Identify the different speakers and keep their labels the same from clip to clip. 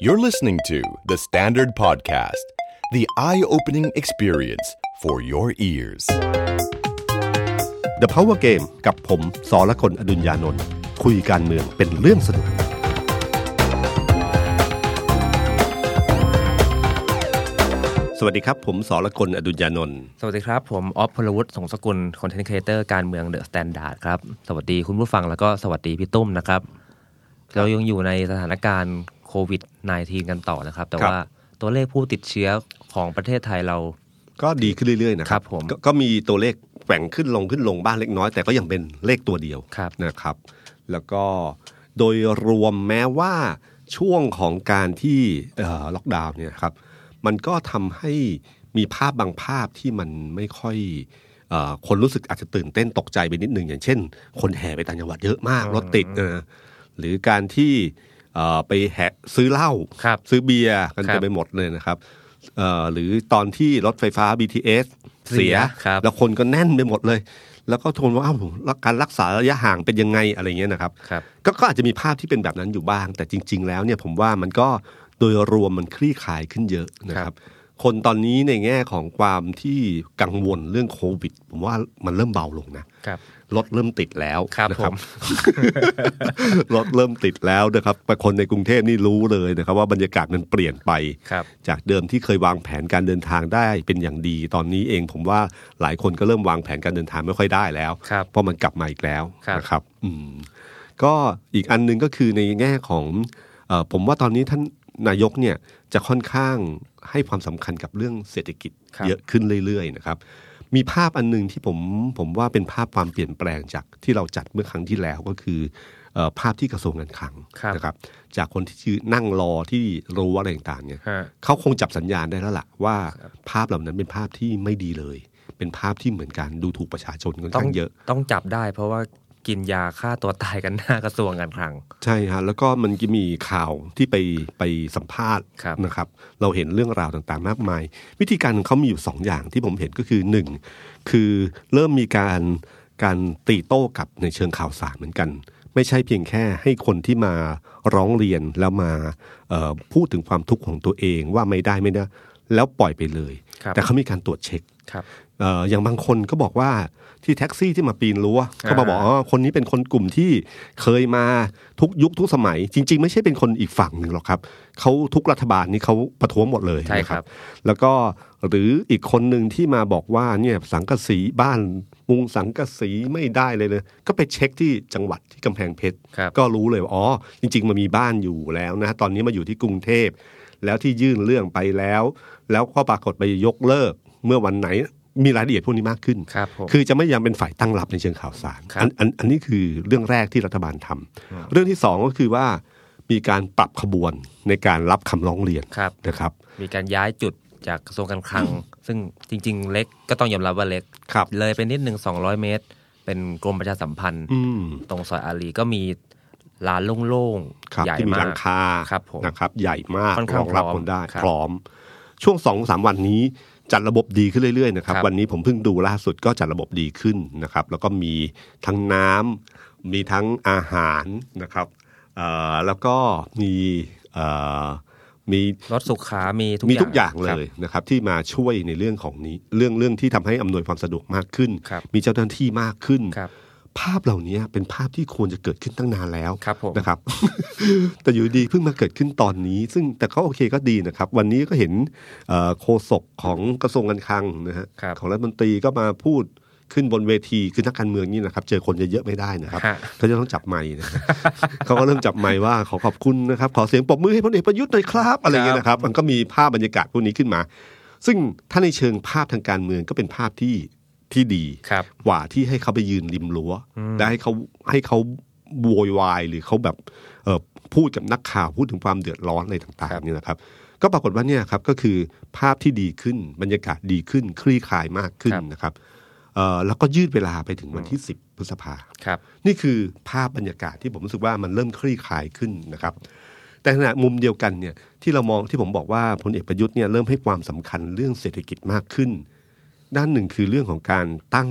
Speaker 1: You're listening to The Standard Podcast, the eye opening experience for your ears.
Speaker 2: The Power Game กับผมสอละคนอดุญญานนท์คุยการเมืองเป็นเรื่องสนุก สวัสดีครับ ผมสอละคนอดุญญานนท์
Speaker 3: สวัสดีครับ ผมออฟพลวุฒิสงสกุลคอนเทนต์ครีเอเตอร์การเมืองเดอะสแตนดาร์ดครับ สวัสดีคุณผู้ฟังแล้วก็สวัสดีพี่ตุ้มนะครับ เรายังอยู่ในสถานการณ์โควิด -19 กันต่อนะครับ แต่ว่าตัวเลขผู้ติดเชื้อของประเทศไทยเรา
Speaker 2: ก็ดีขึ้นเรื่อยๆนะค
Speaker 3: ครั
Speaker 2: รับบ
Speaker 3: ผม
Speaker 2: กก็มีตัวเลขแกว่งขึ้นลงขึ้นลงบ้างเล็กน้อย แต่ก็ยังเป็นเลขตัวเดียว
Speaker 3: ครับ
Speaker 2: นะครับ แล้วก็โดยรวมแม้ว่าช่วงของการที่เอ่อล็อกดาวน์เนี่ยครับ มันก็ทำให้มีภาพบางภาพที่มันไม่ค่อยเออคนรู้สึกอาจจะตื่นเต้นตกใจไปนิดหนึ่งอย่างเช่น คนแห่ไปต่างจังหวัดเยอะมากรถติดเออหรือการที่เอ่อไปแห่ซื้อเหล้า
Speaker 3: ครับ
Speaker 2: ซื้อเบียร์กัน
Speaker 3: ครั
Speaker 2: เต็ม
Speaker 3: บ
Speaker 2: ไปหมดเลยนะครับเอ่อหรือตอนที่รถไฟฟ้า BTS
Speaker 3: เสี
Speaker 2: เสีย
Speaker 3: ยครับ
Speaker 2: แล้วคนก็แน่นไปหมดเลย แล้วก็ทนว่าอ้าวการรักษาระยะห่างเป็นยังไงอะไรเงี้ยนะครับ
Speaker 3: ครับ
Speaker 2: ก็ก็อาจจะมีภาพที่เป็นแบบนั้นอยู่บ้าง แต่จริง ๆ แล้วเนี่ยผมว่ามันก็โดยรวมมันคลี่คลายขึ้นเยอะนะครับ คนตอนนี้ในแง่ของความที่กังวลเรื่องโควิด ผมว่ามันเริ่มเบาลงนะ
Speaker 3: ครับ
Speaker 2: รถเริ่มติดแล้ว
Speaker 3: ครับ
Speaker 2: นะ
Speaker 3: ผม
Speaker 2: รถเริ่มติดแล้วนะครับแต่คนในกรุงเทพนี่รู้เลยนะครับ ว่าบรรยากาศมันเปลี่ยนไป
Speaker 3: ครับ
Speaker 2: จากเดิมที่เคยวางแผนการเดินทางได้เป็นอย่างดี ตอนนี้เองผมว่าหลายคนก็เริ่มวางแผนการเดินทางไม่ค่อยได้แล้ว
Speaker 3: ครับ
Speaker 2: เพราะมันกลับมาอีกแล้ว
Speaker 3: ครับ
Speaker 2: นะครับอืมก็อีกอันหนึงก็คือในแง่ของเออผมว่าตอนนี้ท่านนายกเนี่ยจะค่อนข้างให้ความสำคัญกับเรื่องเศรษฐกิจ
Speaker 3: ครับ
Speaker 2: เยอะขึ้นเรื่อยๆนะครับ มีภาพอันหนึงที่ผมผมว่าเป็นภาพความเปลี่ยนแปลงจากที่เราจัดเมื่อครั้งที่แล้วก็คือเอ่อภาพที่กระทรวงการคลัง
Speaker 3: ครับ
Speaker 2: นะครับจากคนที่ชื่อนั่งรอที่รู้อะไรต่างๆเนี่ย
Speaker 3: ฮะ
Speaker 2: เขาคงจับสัญญาณได้แล้วล่ะว่าภาพเหล่านั้นเป็นภาพที่ไม่ดีเลย เป็นภาพที่เหมือนการดูถูกประชาชนค่อน
Speaker 3: ต้อง
Speaker 2: ข้างเยอะ
Speaker 3: ต้องจับได้เพราะว่ากินยาฆ่าตัวตายกันหน้ากระทรวงการคลัง
Speaker 2: ใช่ฮะแล้วก็มันก็มีข่าวที่ไปไปสัมภาษณ์
Speaker 3: ครับ
Speaker 2: นะครับ เราเห็นเรื่องราวต่างๆ มากมาย วิธีการของเขามีอยู่สองอย่างที่ผมเห็นก็คือหนึ่งคือเริ่มมีการการตีโต้กลับในเชิงข่าวสารเหมือนกัน ไม่ใช่เพียงแค่ให้คนที่มาร้องเรียนแล้วมาเอ่อพูดถึงความทุกข์ของตัวเองว่าไม่ได้ไม่ได้แล้วปล่อยไปเลย
Speaker 3: ครับ
Speaker 2: แต่เขามีการตรวจเช็ค
Speaker 3: ครับ
Speaker 2: เอ่ออย่างบางคนก็บอกว่าที่แท็กซี่ที่มาปีนรั้วเขามาบอกอ๋อคนนี้เป็นคนกลุ่มที่เคยมาทุกยุคทุกสมัย จริง ๆ ไม่ใช่เป็นคนอีกฝั่งหนึ่งหรอกครับเขาทุกรัฐบาลนี้เขาประท้วงหมดเลย
Speaker 3: ใช่
Speaker 2: นะ
Speaker 3: ค
Speaker 2: ค
Speaker 3: รั
Speaker 2: รับ บ แล้วก็หรืออีกคนหนึ่งที่มาบอกว่าเนี่ยสังกะสีบ้านมุงสังกะสีไม่ได้เลยเลย ก็ไปเช็คที่จังหวัดที่กำแพงเพชร
Speaker 3: ครับ
Speaker 2: ก็รู้เลยว่าอ๋อ จริง ๆ มันมีบ้านอยู่แล้วนะ ตอนนี้มาอยู่ที่กรุงเทพ แล้วที่ยื่นเรื่องไปแล้ว แล้วก็ปรากฏไปยกเลิก เมื่อวันไหนมีรายละเอียดพวกนี้มากขึ้น
Speaker 3: ครับผม
Speaker 2: คือจะไม่ยังเป็นฝ่ายตั้งรับในเชิงข่าวสาร
Speaker 3: ครับ
Speaker 2: อันอันอันนี้คือเรื่องแรกที่รัฐบาลทำเรื่องที่สองก็คือว่ามีการปรับขบวนในการรับคำร้องเรียน
Speaker 3: ครับ
Speaker 2: นะครับ
Speaker 3: มีการย้ายจุดจากกระทรวงการคลัง ซึ่งจริง ๆ เล็กก็ต้องยอมรับว่าเล็ก
Speaker 2: ครับ
Speaker 3: เลยไปนิดหนึ่ง200 เมตร เป็นกรมประชาสัมพันธ์
Speaker 2: อืม
Speaker 3: ตรงซอยอารีก็มีร้านโล่ง
Speaker 2: ครับ
Speaker 3: ๆ ใหญ่
Speaker 2: ที่มี
Speaker 3: มา
Speaker 2: ห
Speaker 3: ก
Speaker 2: ลังคา
Speaker 3: ครับผม
Speaker 2: นะครับ ใหญ่มาก
Speaker 3: ค่อนข้าง
Speaker 2: รองรับ
Speaker 3: พร้อม
Speaker 2: คนได้
Speaker 3: ครับ
Speaker 2: พร้อม ช่วงสองสามวันนี้จัดระบบดีขึ้นเรื่อยๆนะครับ
Speaker 3: ครับ
Speaker 2: วันนี้ผมเพิ่งดูล่าสุดก็จัดระบบดีขึ้นนะครับ แล้วก็มีทั้งน้ำมีทั้งอาหารนะครับเอ่อแล้วก็มีเอ่อมี
Speaker 3: รถสุขามีทุก
Speaker 2: มีทุกอย่างเล
Speaker 3: ครับ
Speaker 2: ยนะครับที่มาช่วยในเรื่องของนี้ เรื่องเรื่องที่ทำให้อำนวยความสะดวกมากขึ้น
Speaker 3: ครับ
Speaker 2: มีเจ้าหน้าที่มากขึ้น
Speaker 3: ครับ
Speaker 2: ภาพเหล่านี้เป็นภาพที่ควรจะเกิดขึ้นตั้งนานแล้ว
Speaker 3: ครับผม
Speaker 2: นะครับ แต่อยู่ดีเพิ่งมาเกิดขึ้นตอนนี้ ซึ่งแต่ก็โอเคก็ดีนะครับ วันนี้ก็เห็นเอ่อโฆษกของกระทรวงการคลังนะฮะ
Speaker 3: ครับ
Speaker 2: ของรัฐมนตรีก็มาพูดขึ้นบนเวทีคือนักการเมืองนี่นะครับ เจอคนเยอะๆไม่ได้นะครับ
Speaker 3: ฮะ
Speaker 2: เขาจะต้องจับไมค์นะครับ เขาก็เริ่มจับไมค์ว่าขอขอบคุณนะครับ ขอเสียงปรบมือให้พลเอกประยุทธ์หน่อยครับอะไรอย่างเงี้ยนะครับ มันก็มีภาพบรรยากาศพวกนี้ขึ้นมา ซึ่งถ้าในเชิงภาพทางการเมืองก็เป็นภาพที่ที่ดี
Speaker 3: ครับ
Speaker 2: กว่าที่ให้เขาไปยืนริมรั้วและให้เขาให้เขาโวยวายหรือเขาแบบเอ่อพูดกับนักข่าวพูดถึงความเดือดร้อนอะไรต่าง
Speaker 3: ครั
Speaker 2: ๆ
Speaker 3: บ
Speaker 2: เนี่ยนะครับ ก็ปรากฏว่าเนี่ยครับก็คือภาพที่ดีขึ้นบรรยากาศดีขึ้น คลี่คลายมากขึ้นนะครับเอ่อแล้วก็ยืดเวลาไปถึงวันที่ 10 พฤษภา
Speaker 3: ครับ
Speaker 2: นี่คือภาพบรรยากาศที่ผมรู้สึกว่ามันเริ่มคลี่คลายขึ้นนะครับ แต่ขณะมุมเดียวกันเนี่ยที่เรามองที่ผมบอกว่าพลเอกประยุทธ์เนี่ยเริ่มให้ความสำคัญเรื่องเศรษฐกิจมากขึ้น ด้านหนึ่งคือเรื่องของการตั้ง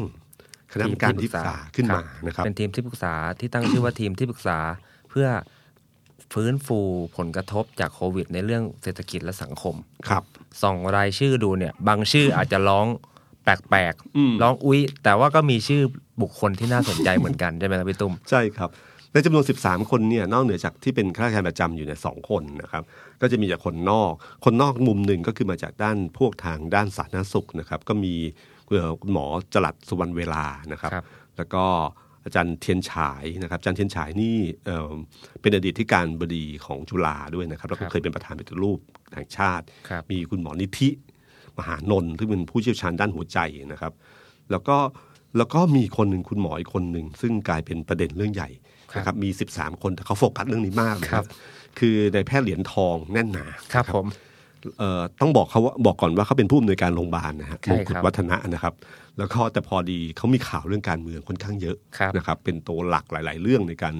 Speaker 2: คณะกรรมการที่ปรึกษาขึ้นมานะครับ
Speaker 3: เป็นทีมที่ปรึกษาที่ตั้งชื่อว่าทีมที่ปรึกษาเพื่อ ฟื้นฟูผลกระทบจากโควิด ในเรื่องเศรษฐกิจและสังคม
Speaker 2: ครับ
Speaker 3: ส่องรายชื่อดูเนี่ยบางชื่ออาจจะร้องแปลก
Speaker 2: อืม
Speaker 3: ร้องอุ๊ย แต่ว่าก็มีชื่อบุคคลที่น่าสนใจเหมือน กันใช่ไหมครับพี่ตุ้ม
Speaker 2: ใช่ครับ ในจำนวน 13 คนเนี่ยนอกเหนือจากที่เป็นข้าราชการประจำอยู่เนี่ยสองคนนะครับก็จะมีจากคนนอก คนนอกมุมหนึ่งก็คือมาจากด้านพวกทางด้านสาธารณสุขนะครับ ก็มีเอ่อคุณหมอจรัสสุวรรณเวลานะครับ
Speaker 3: ครับ
Speaker 2: แล้วก็อาจารย์เทียนฉายนะครับอาจารย์เทียนฉายนี่เอิ่มเป็นอดีตที่การบดีของจุฬาด้วยนะครับ แล้ว
Speaker 3: ครั
Speaker 2: ก็
Speaker 3: บ
Speaker 2: เคยเป็นประธานปฏิรูปแห่งชาติ
Speaker 3: ครับ
Speaker 2: มีคุณหมอนิธิมหานนท์ที่งเป็นผู้เชี่ยวชาญด้านหัวใจนะครับ แล้วก็แล้วก็มีคนหนึ่งคุณหมออีกคนหนึ่ง ซึ่งกลายเป็นประเด็นเรื่องใหญ่
Speaker 3: ครับ
Speaker 2: นะครับมี 13 คนแต่เขาโฟกัสเรื่องนี้มากเลย
Speaker 3: ครับ
Speaker 2: คือในแพทย์เหรียญทองแน่นหนา
Speaker 3: ครับผม
Speaker 2: เอ่อต้องบอกเขาว่าบอกก่อนว่าเขาเป็นผู้อำนวยการโรงพยาบาลนะฮะม
Speaker 3: ใช่ครับ
Speaker 2: งกุฎวัฒนะนะครับ แล้วก็แต่พอดีเขามีข่าวเรื่องการเมืองค่อนข้างเยอะ
Speaker 3: ครับ
Speaker 2: นะครับ เป็นตัวหลักหลาย ๆ เรื่องในการ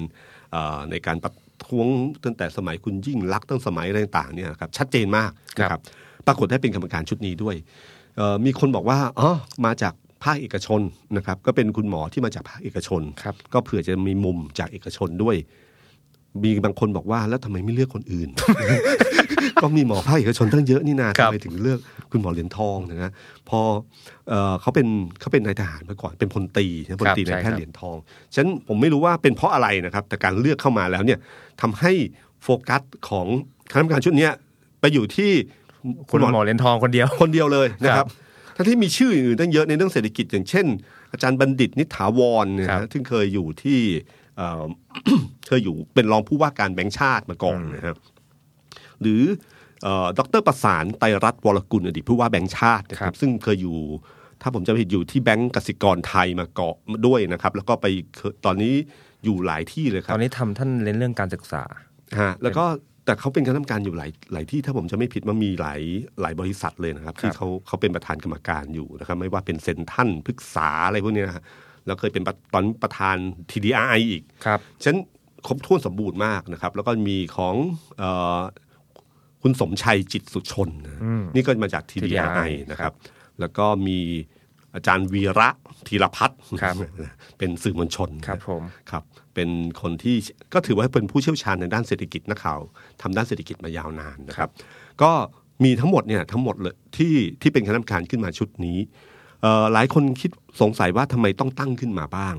Speaker 2: เอ่อในการประท้วงตั้งแต่สมัยคุณยิ่งรักษณ์ตั้งสมัยอะไรต่างๆเนี่ยนะครับชัดเจนมาก
Speaker 3: ครับ
Speaker 2: นะครับ ปรากฏได้เป็นกรรมการชุดนี้ด้วยเอ่อมีคนบอกว่าอ๋อมาจากภาคเอกชนนะครับ ก็เป็นคุณหมอที่มาจากภาคเอกชน
Speaker 3: ครับ
Speaker 2: ก็เผื่อจะมีมุมจากเอกชนด้วย มีบางคนบอกว่าแล้วทำไมไม่เลือกคนอื่น ก็มีหมอภาคเอกชนตั้งเยอะนี่นา
Speaker 3: ครั
Speaker 2: ทำ
Speaker 3: บ
Speaker 2: ไมถึงเลือกคุณหมอเหรียญทองนะฮะพอเอ่อเขาเป็นเขาเป็นนายทหารมาก่อนเป็นพลตรีนะพลตรีนายแพทย์เหรียญทองฉะนันผมไม่รู้ว่าเป็นเพราะอะไรนะครับ แต่การเลือกเข้ามาแล้วเนี่ยทำให้โฟกัสของคณะกรรมการชุดเนี้ยไปอยู่ที่
Speaker 3: คุณหมอเหรียญทองคนเดียว
Speaker 2: คนเดียวเลยนะค
Speaker 3: ครั
Speaker 2: รับบ ทั้งที่มีชื่ออื่นตั้งเยอะในเรื่องเศรษฐกิจอย่างเช่น อาจารย์บัณฑิตนิถาวรเนี่ย
Speaker 3: ครับ
Speaker 2: นะซึ่งเคยอยู่ที่เอ่ อ เคยอยู่เป็นรองผู้ว่าการแบงค์ชาติมาก่อนนะครับ หรือดรประสานไตรรัตน์วรกุลอดีตผู้ว่าแบงค์ชาตินะค
Speaker 3: ครั
Speaker 2: รับบ ซึ่งเคยอยู่ ถ้าผมจำไม่ผิดอยู่ที่แบงก์กสิกรไทยมาเกาะด้วยนะครับ แล้วก็ไปเคตอนนี้อยู่หลายที่เลยค
Speaker 3: ต
Speaker 2: รั
Speaker 3: อบ นนี้ทำท่านเน้นเรื่องการศึกษา
Speaker 2: ฮะแล้วก็แต่เขาเป็นคณะกรรมการอยู่หลายหลายที่ถ้าผมจะไม่ผิดมันมีหลายหลายบริษัทเลยนะครับ ที่เขาเขาเป็นประธานกรรมการอยู่นะครับ ไม่ว่าเป็นเซนทรันพฤกษาอะไรพวกเนี้ยนะฮะแล้วเคยเป็นประตอนประธาน TDI อีก
Speaker 3: ครับ
Speaker 2: ฉะนันครบถ้วนสมบูรณ์มากนะครับ แล้วก็มีของเออคุณสมชัยจิตสุชนนะนี่ก็มาจาก TDI
Speaker 3: TDI
Speaker 2: นะครับ แล้วก็มีอาจารย์วีระธีรพัฒน์
Speaker 3: ครับ
Speaker 2: เป็นสื่อมวลชน
Speaker 3: ครับผม
Speaker 2: ครับเป็นคนที่ก็ถือว่าเป็นผู้เชี่ยวชาญในด้านเศรษฐกิจนักข่าวทำด้านเศรษฐกิจมายาวนานนะครับ ก็มีทั้งหมดเนี่ยทั้งหมดเลยที่ที่เป็นคณะกรรมการขึ้นมาชุดนี้เอ่อหลายคนคิดสงสัยว่าทำไมต้องตั้งขึ้นมาบ้าง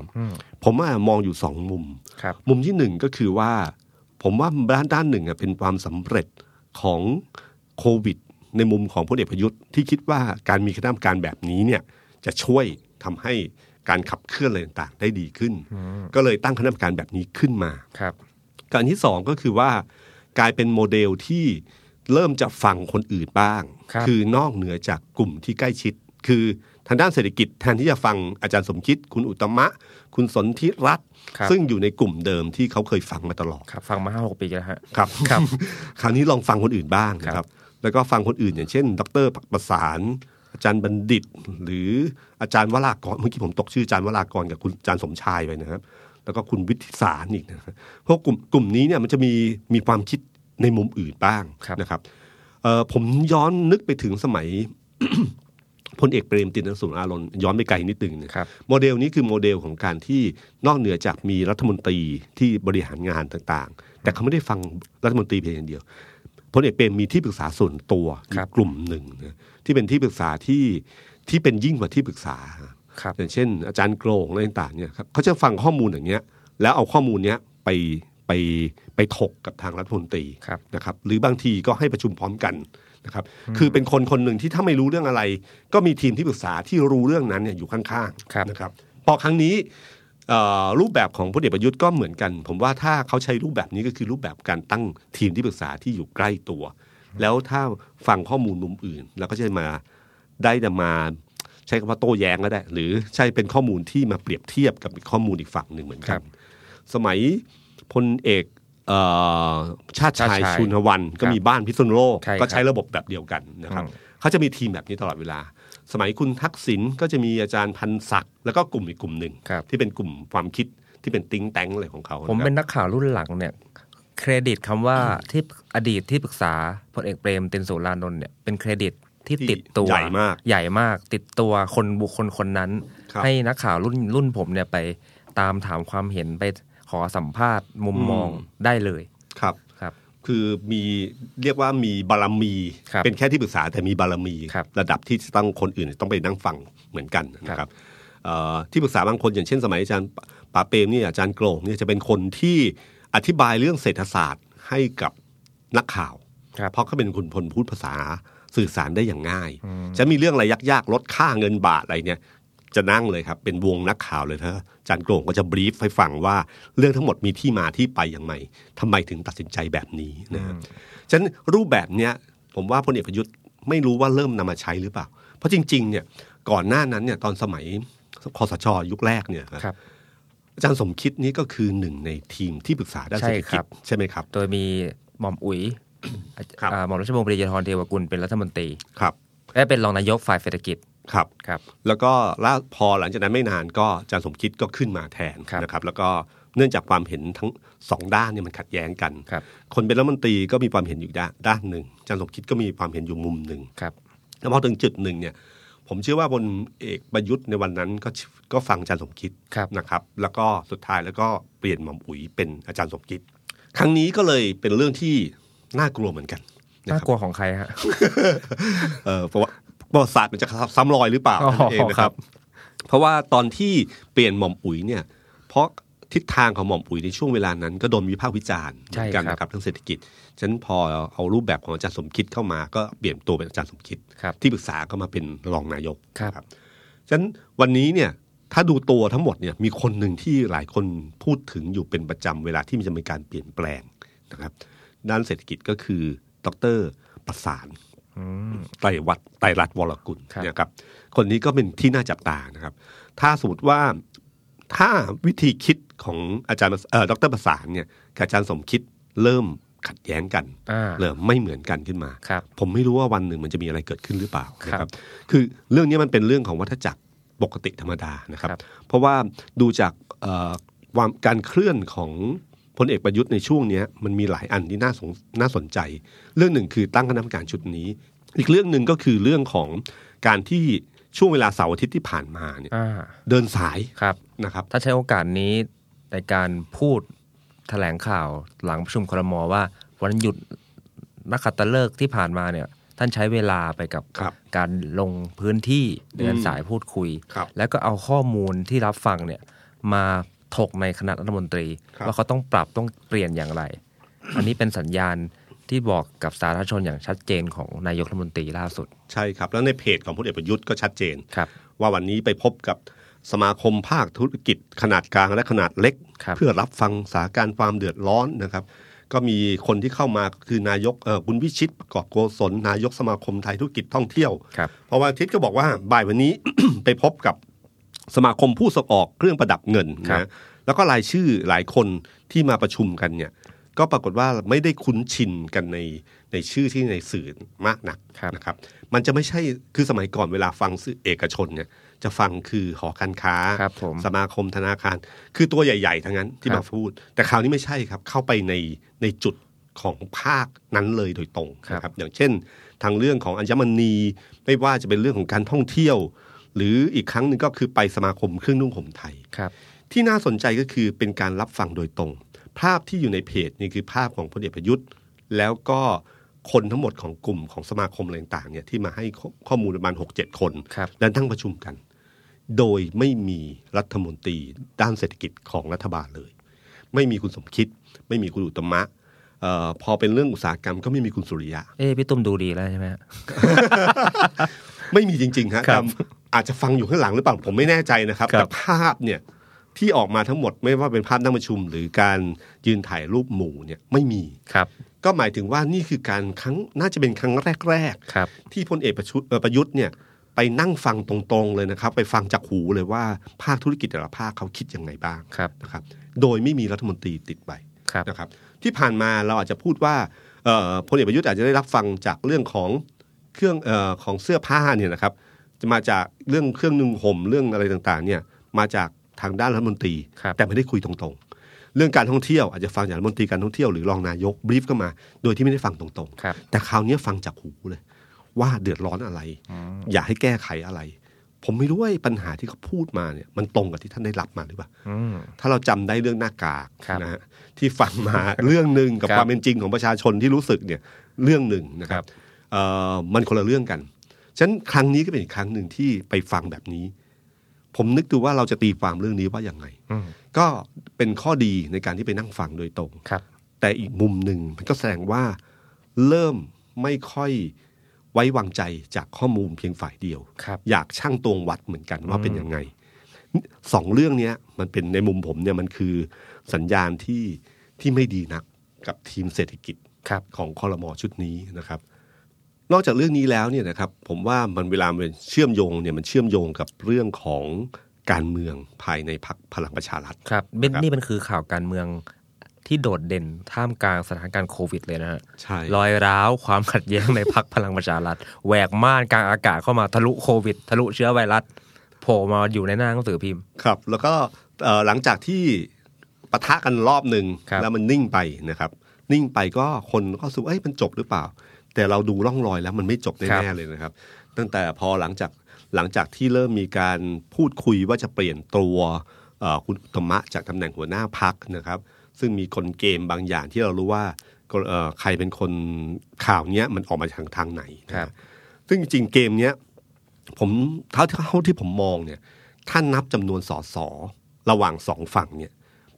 Speaker 2: ผมว่ามองอยู่สองมุม
Speaker 3: ครับ
Speaker 2: มุมที่หนึ่งก็คือว่า ผมว่าด้านด้านหนึ่งอะเป็นความสำเร็จของโควิด ในมุมของพลเอกประยุทธ์ที่คิดว่าการมีคณะกรรมการแบบนี้เนี่ยจะช่วยทำให้การขับเคลื่อนอะไรต่างๆ ได้ดีขึ้น ก็เลยตั้งคณะกรรมการแบบนี้ขึ้นมา
Speaker 3: ครับ
Speaker 2: การที่สองก็คือว่ากลายเป็นโมเดลที่เริ่มจะฟังคนอื่นบ้าง
Speaker 3: ครับ
Speaker 2: อนอกเหนือจากกลุ่มที่ใกล้ชิด คือทางด้านเศรษฐกิจแทนที่จะฟังอาจารย์สมคิด คุณอุตตมะ คุณสนธิรัตน์
Speaker 3: ครับ
Speaker 2: ซึ่งอยู่ในกลุ่มเดิมที่เขาเคยฟังมาตลอด
Speaker 3: ครับ ฟังมาห้าหกปีแล้วฮะ
Speaker 2: ครับ
Speaker 3: ครับ
Speaker 2: คราวนี้ลองฟังคนอื่นบ้างนะครับ แล้วก็ฟังคนอื่นอย่างเช่น ดรประสาน อาจารย์บัณฑิต หรืออาจารย์วรากร เมื่อกี้ผมตกชื่ออาจารย์วรากรกับคุณอาจารย์สมชายไปนะครับ แล้วก็คุณวิทิสารอีกนะครับเพราะกลุ่มกลุ่มนี้เนี่ยมันจะมีมีความคิดในมุมอื่นบ้าง
Speaker 3: ครับ
Speaker 2: นะครับเอ่อผมย้อนนึกไปถึงสมัย พลเอกเปรมตินสุรานนท์ย้อนไปไกลนิดหนึ่งนะครับ โมเดลนี้คือโมเดลของการที่นอกเหนือจากมีรัฐมนตรีที่บริหารงานต่างๆ แต่เขาไม่ได้ฟังรัฐมนตรีเพียงอย่างเดียวพลเอกเปรมมีที่ปรึกษาส่วนตัว
Speaker 3: ครับ
Speaker 2: กลุ่มหนึ่งนะที่เป็นที่ปรึกษาที่ที่เป็นยิ่งกว่าที่ปรึกษา
Speaker 3: ครับ
Speaker 2: อย่างเช่น อาจารย์โกรงอะไรต่างๆเนี่ยครับเขาจะฟังข้อมูลอย่างเงี้ย แล้วเอาข้อมูลเนี้ยไปไปไปถกกับทางรัฐมนตรี
Speaker 3: ครับ
Speaker 2: นะครับหรือบางทีก็ให้ประชุมพร้อมกันนะครับ คือเป็นคนคนหนึ่งที่ถ้าไม่รู้เรื่องอะไร ก็มีทีมที่ปรึกษาที่รู้เรื่องนั้นเนี่ยอยู่ข้าง
Speaker 3: ครับ
Speaker 2: ๆนะครับพอครั้งนี้เอ่อรูปแบบของพลเอกประยุทธ์ก็เหมือนกัน ผมว่าถ้าเขาใช้รูปแบบนี้ก็คือรูปแบบการตั้งทีมที่ปรึกษาที่อยู่ใกล้ตัว แล้วถ้าฟังข้อมูลมุมอื่น แล้วก็จะมาได้จะมาใช้คำว่าโต้แย้งก็ได้ หรือใช่เป็นข้อมูลที่มาเปรียบเทียบกับอีกข้อมูลอีกฝั่งหนึ่งเหมือน
Speaker 3: ค
Speaker 2: กั
Speaker 3: รั
Speaker 2: น
Speaker 3: บ
Speaker 2: สมัยพลเอกเอ่อชาติชาย
Speaker 3: ชาติชาย
Speaker 2: ชุนวันก็มีบ้านพิษณุโลก
Speaker 3: ใช่ครับ
Speaker 2: ก็ใช้ระบบแบบเดียวกันนะครับ
Speaker 3: อืม
Speaker 2: เขาจะมีทีมแบบนี้ตลอดเวลา สมัยคุณทักษิณก็จะมีอาจารย์พันศักดิ์แล้วก็กลุ่มอีกกลุ่มหนึ่ง
Speaker 3: ครับ
Speaker 2: ที่เป็นกลุ่มความคิดที่เป็นติ้งแตงอะไรของเขา
Speaker 3: ผมเป็นะ
Speaker 2: ครั
Speaker 3: นักข่าวรุ่นหลังเนี่ย เครดิตคำว่าที่อดีตที่ปรึกษาพลเอกเปรมตินสุรานนท์เนี่ยเป็นเครดิตที่
Speaker 2: ที่
Speaker 3: ติดตัว
Speaker 2: ใหญ่มาก
Speaker 3: ใหญ่มากติดตัวคนบุคคลคนนั้น
Speaker 2: ครับ
Speaker 3: ให้นักข่าวรุ่นรุ่นผมเนี่ยไปตามถามความเห็นไปขอสัมภาษณ์มุมมองได้เลย
Speaker 2: บครับ
Speaker 3: ครับ
Speaker 2: คือมีเรียกว่ามีบารมี
Speaker 3: ครับ
Speaker 2: เป็นแค่ที่ปรึกษาแต่มีบารมี
Speaker 3: ครับ
Speaker 2: ระดับที่จะต้องคนอื่นต้องไปนั่งฟังเหมือนกันนะค
Speaker 3: ครั
Speaker 2: รับบ เอ่อที่ปรึกษาบางคนอย่างเช่นสมัยอาจารย์ปป๋าเปรมเนี่ยอาจารย์โกลงเนี่ยจะเป็นคนที่อธิบายเรื่องเศรษฐศาสตร์ให้กับนักข่าว
Speaker 3: ครับ
Speaker 2: เพราะเขาเป็นคนพลพูดภาษาสื่อสารได้อย่างง่าย จะมีเรื่องอะไรยากๆลดค่าเงินบาทอะไรเนี่ย จะนั่งเลยครับ เป็นวงนักข่าวเลยถ้าอาจารย์โกรงก็จะบรีฟให้ฟังว่าเรื่องทั้งหมดมีที่มาที่ไปอย่างไรทำไมถึงตัดสินใจแบบนี้นะครับฉะนั้นรูปแบบเนี้ยผมว่าพลเอกประยุทธ์ไม่รู้ว่าเริ่มนำมาใช้หรือเปล่า เพราะจริงๆเนี่ยก่อนหน้านั้นเนี่ยตอนสมัยคอสชยุคแรกเนี่ย
Speaker 3: ครับ
Speaker 2: อาจารย์สมคิดนี่ก็คือหนึ่งในทีมที่ปรึกษาด้านเศรษฐ
Speaker 3: ใช่ค
Speaker 2: กิ
Speaker 3: รั
Speaker 2: จ
Speaker 3: บ
Speaker 2: ใช่ไหมครับ
Speaker 3: โดยมีหม่อมอุ๋ย
Speaker 2: ครับ
Speaker 3: อ่าหม่อมราชวงศ์ปรียาธรเทวกุลเป็นรัฐมนตรี
Speaker 2: ครับ
Speaker 3: และเป็นรองนายกฝ่ายเศรษฐกิจ
Speaker 2: ครับ
Speaker 3: ครับ
Speaker 2: แล้วก็ล่าพอหลังจากนั้นไม่นานก็อาจารย์สมคิดก็ขึ้นมาแทน
Speaker 3: ครับ
Speaker 2: นะครับ แล้วก็เนื่องจากความเห็นทั้งสองด้านเนี่ยมันขัดแย้งกัน
Speaker 3: ครับ
Speaker 2: คนเป็นรัฐมนตรีก็มีความเห็นอยู่ด้านด้านหนึ่งอาจารย์สมคิดก็มีความเห็นอยู่มุมหนึ่ง
Speaker 3: ครับ
Speaker 2: แล้วพอถึงจุดหนึ่งเนี่ย ผมเชื่อว่าพลเอกประยุทธ์ในวันนั้นก็ก็ฟังอาจารย์สมคิด
Speaker 3: ครับ
Speaker 2: นะครับ แล้วก็สุดท้ายแล้วก็เปลี่ยนหม่อมอุ๋ยเป็นอาจารย์สมคิด ครั้งนี้ก็เลยเป็นเรื่องที่น่ากลัวเหมือนกันนะ
Speaker 3: น่า
Speaker 2: ครับ
Speaker 3: กลัวของใครฮะ
Speaker 2: เออประวัติประวัติศาสตร์มันจะซ้ำรอยหรือเปล่า
Speaker 3: อ๋อ
Speaker 2: นั่นเองนะค
Speaker 3: ครั
Speaker 2: รับ
Speaker 3: บ
Speaker 2: เพราะว่าตอนที่เปลี่ยนหม่อมอุ๋ยเนี่ย เพราะทิศทางของหม่อมอุ๋ยในช่วงเวลานั้นก็โดนวิพากษ์วิจารณ์เหมือนกันนะครับเรื่องเศรษฐกิจฉะนันพอเอารูปแบบของอาจารย์สมคิดเข้ามาก็เปลี่ยนตัวเป็นอาจารย์สมคิด
Speaker 3: ครับ
Speaker 2: ที่ปรึกษาก็มาเป็นรองนายก
Speaker 3: ครับ
Speaker 2: ฉะนั้นวันนี้เนี่ยถ้าดูตัวทั้งหมดเนี่ยมีคนหนึ่งที่หลายคนพูดถึงอยู่เป็นประจำเวลาที่มันจะมีการเปลี่ยนแปลงนะครับ ด้านเศรษฐกิจก็คือดอกเตอรประสาน
Speaker 3: อืม
Speaker 2: ไตรวัตรไตรรัตน์วรกุล
Speaker 3: ครับ
Speaker 2: เนะครับ คนนี้ก็เป็นที่น่าจับตานะครับ ถ้าสมมติว่าถ้าวิธีคิดของอาจารย์เอ่อดรประสานเนี่ยกับอาจารย์สมคิดเริ่มขัดแย้งกัน
Speaker 3: อ่า
Speaker 2: เริ่มไม่เหมือนกันขึ้นมา
Speaker 3: ครับ
Speaker 2: ผมไม่รู้ว่าวันหนึ่งมันจะมีอะไรเกิดขึ้นหรือเปล่า
Speaker 3: ครับ
Speaker 2: นะครับ คือเรื่องนี้มันเป็นเรื่องของวัฏจักรปกติธรรมดานะครับ
Speaker 3: ครับ
Speaker 2: เพราะว่าดูจากเอ่อความการเคลื่อนของพลเอกประยุทธ์ในช่วงเนี้ยมันมีหลายอันที่น่าสนน่าสนใจ เรื่องหนึ่งคือตั้งคณะกรรมการชุดนี้ อีกเรื่องหนึ่งก็คือเรื่องของการที่ช่วงเวลาเสาร์อาทิตย์ที่ผ่านมาเนี่ย
Speaker 3: อ่า
Speaker 2: เดินสาย
Speaker 3: ครับ
Speaker 2: นะครับ
Speaker 3: ถ้าใช้โอกาสนี้ในการพูดแถลงข่าวหลังประชุมครมว่า วันหยุดนักขัตฤกษ์ที่ผ่านมาเนี่ย ท่านใช้เวลาไปกับ
Speaker 2: ครับ
Speaker 3: การลงพื้นที่เดิน
Speaker 2: อืม
Speaker 3: สายพูดคุย
Speaker 2: ครับ
Speaker 3: แล้วก็เอาข้อมูลที่รับฟังเนี่ย มาถกในคณะรัฐมนตรี ว่าเขาต้องปรับต้องเปลี่ยนอย่างไร อันนี้เป็นสัญญาณที่บอกกับสาธารณชนอย่างชัดเจนของนายกรัฐมนตรีล่าสุด
Speaker 2: ใช่ครับ แล้วในเพจของพลเอกประยุทธ์ก็ชัดเจน
Speaker 3: ครับ
Speaker 2: ว่าวันนี้ไปพบกับสมาคมภาคธุรกิจขนาดกลางและขนาดเล็ก
Speaker 3: ครับ
Speaker 2: เพื่อรับฟังสถานการณ์ความเดือดร้อนนะครับ ก็มีคนที่เข้ามาคือนายกเอ่อคุณวิชิตประกอบโกศลนายกสมาคมไทยธุรกิจท่องเที่ยว
Speaker 3: ครับ
Speaker 2: เพราะว่าอาทิตย์ก็บอกว่าบ่ายวันนี้ ไปพบกับสมาคมผู้ส่งออกเครื่องประดับเงิน
Speaker 3: ครับ
Speaker 2: นะแล้วก็รายชื่อหลายคนที่มาประชุมกันเนี่ย ก็ปรากฏว่าไม่ได้คุ้นชินกันในในชื่อที่ในสื่อมากนัก
Speaker 3: ครับ
Speaker 2: นะครับมันจะไม่ใช่คือสมัยก่อนเวลาฟังสื่อเอกชนเนี่ยจะฟังคือหอการค้า
Speaker 3: ครับผม
Speaker 2: สมาคมธนาคาร คือตัวใหญ่ๆ ทั้งนั้นที่
Speaker 3: ครั
Speaker 2: มา
Speaker 3: บ
Speaker 2: พูด แต่คราวนี้ไม่ใช่ครับ เข้าไปในในจุดของภาคนั้นเลยโดยตรง
Speaker 3: ครับ
Speaker 2: นะครับ อย่างเช่น ทางเรื่องของอัญมณี ไม่ว่าจะเป็นเรื่องของการท่องเที่ยว หรืออีกครั้งหนึ่งก็คือไปสมาคมเครื่องนุ่งห่มไทย
Speaker 3: ครับ
Speaker 2: ที่น่าสนใจก็คือเป็นการรับฟังโดยตรง ภาพที่อยู่ในเพจนี่คือภาพของพลเอกประยุทธ์ แล้วก็คนทั้งหมดของกลุ่มของสมาคมอะไรต่างๆเนี่ยที่มาให้ข้อข้อมูลประมาณ 6-7 คน
Speaker 3: ครับ
Speaker 2: และทั้งประชุมกัน โดยไม่มีรัฐมนตรีด้านเศรษฐกิจของรัฐบาลเลย ไม่มีคุณสมคิด ไม่มีคุณอุตมะเอ่อพอเป็นเรื่องอุตสาหกรรมก็ไม่มีคุณสุริยะ
Speaker 3: เอ้พี่ตุ้มดูดีแล้วใช่ไหมฮะ
Speaker 2: ไม่มีจริง ๆ ฮะ
Speaker 3: ครับ
Speaker 2: แต่อาจจะฟังอยู่ข้างหลังหรือเปล่า ผมไม่แน่ใจนะครับ
Speaker 3: ครับ
Speaker 2: แต่ภาพเนี่ยที่ออกมาทั้งหมดไม่ว่าเป็นภาพนั่งประชุม หรือการยืนถ่ายรูปหมู่เนี่ยไม่มี
Speaker 3: ครับ
Speaker 2: ก็หมายถึงว่านี่คือการครั้งน่าจะเป็นครั้งแรก
Speaker 3: ครับ
Speaker 2: ๆ ที่พลเอกประชุเอ่อประยุทธ์เนี่ยไปนั่งฟังตรงๆเลยนะครับ ไปฟังจากหูเลยว่าภาคธุรกิจแต่ละภาคเขาคิดยังไงบ้าง
Speaker 3: ครับ
Speaker 2: นะครับ โดยไม่มีรัฐมนตรีติดไป
Speaker 3: ครับ
Speaker 2: นะครับที่ผ่านมาเราอาจจะพูดว่าเอ่อพลเอกประยุทธ์อาจจะได้รับฟังจากเรื่องของเครื่องเออของเสื้อผ้าเนี่ยนะครับ จะมาจากเรื่องเครื่องนุ่งห่มเรื่องอะไรต่างๆเนี่ยมาจากทางด้านรัฐมนตรี
Speaker 3: ครับ
Speaker 2: แต่ไม่ได้คุยตรงๆ เรื่องการท่องเที่ยวอาจจะฟังจากรัฐมนตรีการท่องเที่ยวหรือรองนายกบรีฟเข้ามา โดยที่ไม่ได้ฟังตรง
Speaker 3: ครับ
Speaker 2: ๆ แต่คราวนี้ฟังจากหูเลย ว่าเดือดร้อนอะไร อยากให้แก้ไขอะไร ผมไม่รู้ว่าไอ้ปัญหาที่เขาพูดมาเนี่ยมันตรงกับที่ท่านได้รับมาหรือเปล่า
Speaker 3: อืม
Speaker 2: ถ้าเราจำได้เรื่องหน้ากาก
Speaker 3: ครับ
Speaker 2: นะฮะที่ฟังมา เรื่องหนึ่งกับ
Speaker 3: ครับ
Speaker 2: ความเป็นจริงของประชาชนที่รู้สึกเนี่ยเรื่องหนึ่งนะครั
Speaker 3: ครับ บ
Speaker 2: เอ่อมันคนละเรื่องกันฉะนั้นครั้งนี้ก็เป็นอีกครั้งหนึ่งที่ไปฟังแบบนี้ ผมนึกดูว่าเราจะตีความเรื่องนี้ว่าอย่างไง
Speaker 3: อืม
Speaker 2: ก็เป็นข้อดีในการที่ไปนั่งฟังโดยตรง
Speaker 3: ครับ
Speaker 2: แต่อีกมุมหนึ่งมันก็แสดงว่าเริ่มไม่ค่อยไว้วางใจจากข้อมูลเพียงฝ่ายเดียว
Speaker 3: ครับ
Speaker 2: อยากช่างตวงวัดเหมือนกันว่า
Speaker 3: อืม
Speaker 2: เป็นยังไงสองเรื่องเนี้ย มันเป็นในมุมผมเนี่ยมันคือสัญญาณที่ที่ไม่ดีนักกับทีมเศรษฐกิจ
Speaker 3: ครับ
Speaker 2: ของคอรมอชุดนี้นะครับ นอกจากเรื่องนี้แล้วเนี่ยนะครับ ผมว่ามันเวลามันเชื่อมโยงเนี่ยมันเชื่อมโยงกับเรื่องของการเมืองภายในพรรคพลังประชารัฐ
Speaker 3: ครับเบนนี่มันคือข่าวการเมืองที่โดดเด่นท่ามกลางสถานการณ์โควิดเลยนะฮะ
Speaker 2: ใช่
Speaker 3: รอยร้าวความขัดแย้งในพัก พลังประชารัฐแหวกม่านกลางอากาศเข้ามาทะลุโควิด ทะลุเชื้อไวรัสโผล่มาอยู่ในหน้าหนังสือพิมพ์
Speaker 2: ครับ แล้วก็เอ่อหลังจากที่ปะทะกันรอบหนึ่ง
Speaker 3: ครับ
Speaker 2: แล้วมันนิ่งไปนะครับ นิ่งไปก็คนก็รู้สึกว่าเอ้ยมันจบหรือเปล่า แต่เราดูร่องรอยแล้วมันไม่จบ
Speaker 3: ครับ
Speaker 2: แน่ๆเลยนะครับ ตั้งแต่พอหลังจากหลังจากที่เริ่มมีการพูดคุยว่าจะเปลี่ยนตัวเอ่อคุณอุตมะจากตำแหน่งหัวหน้าพักนะครับ ซึ่งมีกลเกมบางอย่างที่เรารู้ว่าก็เอ่อใครเป็นคนข่าวเนี้ยมันออกมาทางทางไหนนะบ ซึ่งจริงๆเกมเนี้ยผมเท่าเท่าที่ผมมองเนี่ยถ้านับจำนวนสอสอระหว่างสองฝั่งเนี่ย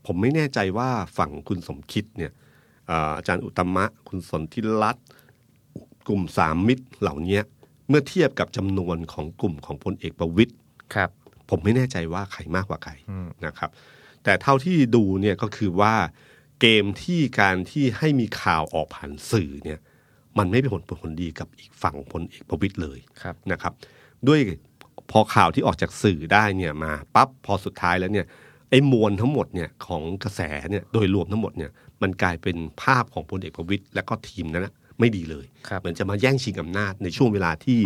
Speaker 2: ผมไม่แน่ใจว่าฝั่งคุณสมคิดเนี่ยเอ่ออาจารย์อุตมะ คุณสนธิรัตน์กลุ่มสามมิตรเหล่าเนี้ยเมื่อเทียบกับจำนวนของกลุ่มของพลเอกประวิตย
Speaker 3: ครับ
Speaker 2: ผมไม่แน่ใจว่าใครมากกว่าใคร
Speaker 3: อืม
Speaker 2: นะครับ แต่เท่าที่ดูเนี่ยก็คือว่าเกมที่การที่ให้มีข่าวออกผ่านสื่อเนี่ยมันไม่เป็นผลผลดีกับอีกฝั่งพลเอกประวิตยเลย
Speaker 3: ครับ
Speaker 2: นะครับ ด้วยพอข่าวที่ออกจากสื่อได้เนี่ยมาปั๊บพอสุดท้ายแล้วเนี่ยไอ้มวลทั้งหมดเนี่ยของกระแสเนี่ยโดยรวมทั้งหมดเนี่ยมันกลายเป็นภาพของพลเอกประวิตยและก็ทีมนั้นนะไม่ดีเลย
Speaker 3: ครับ
Speaker 2: เหมือนจะมาแย่งชิงอำนาจในช่วงเวลาที่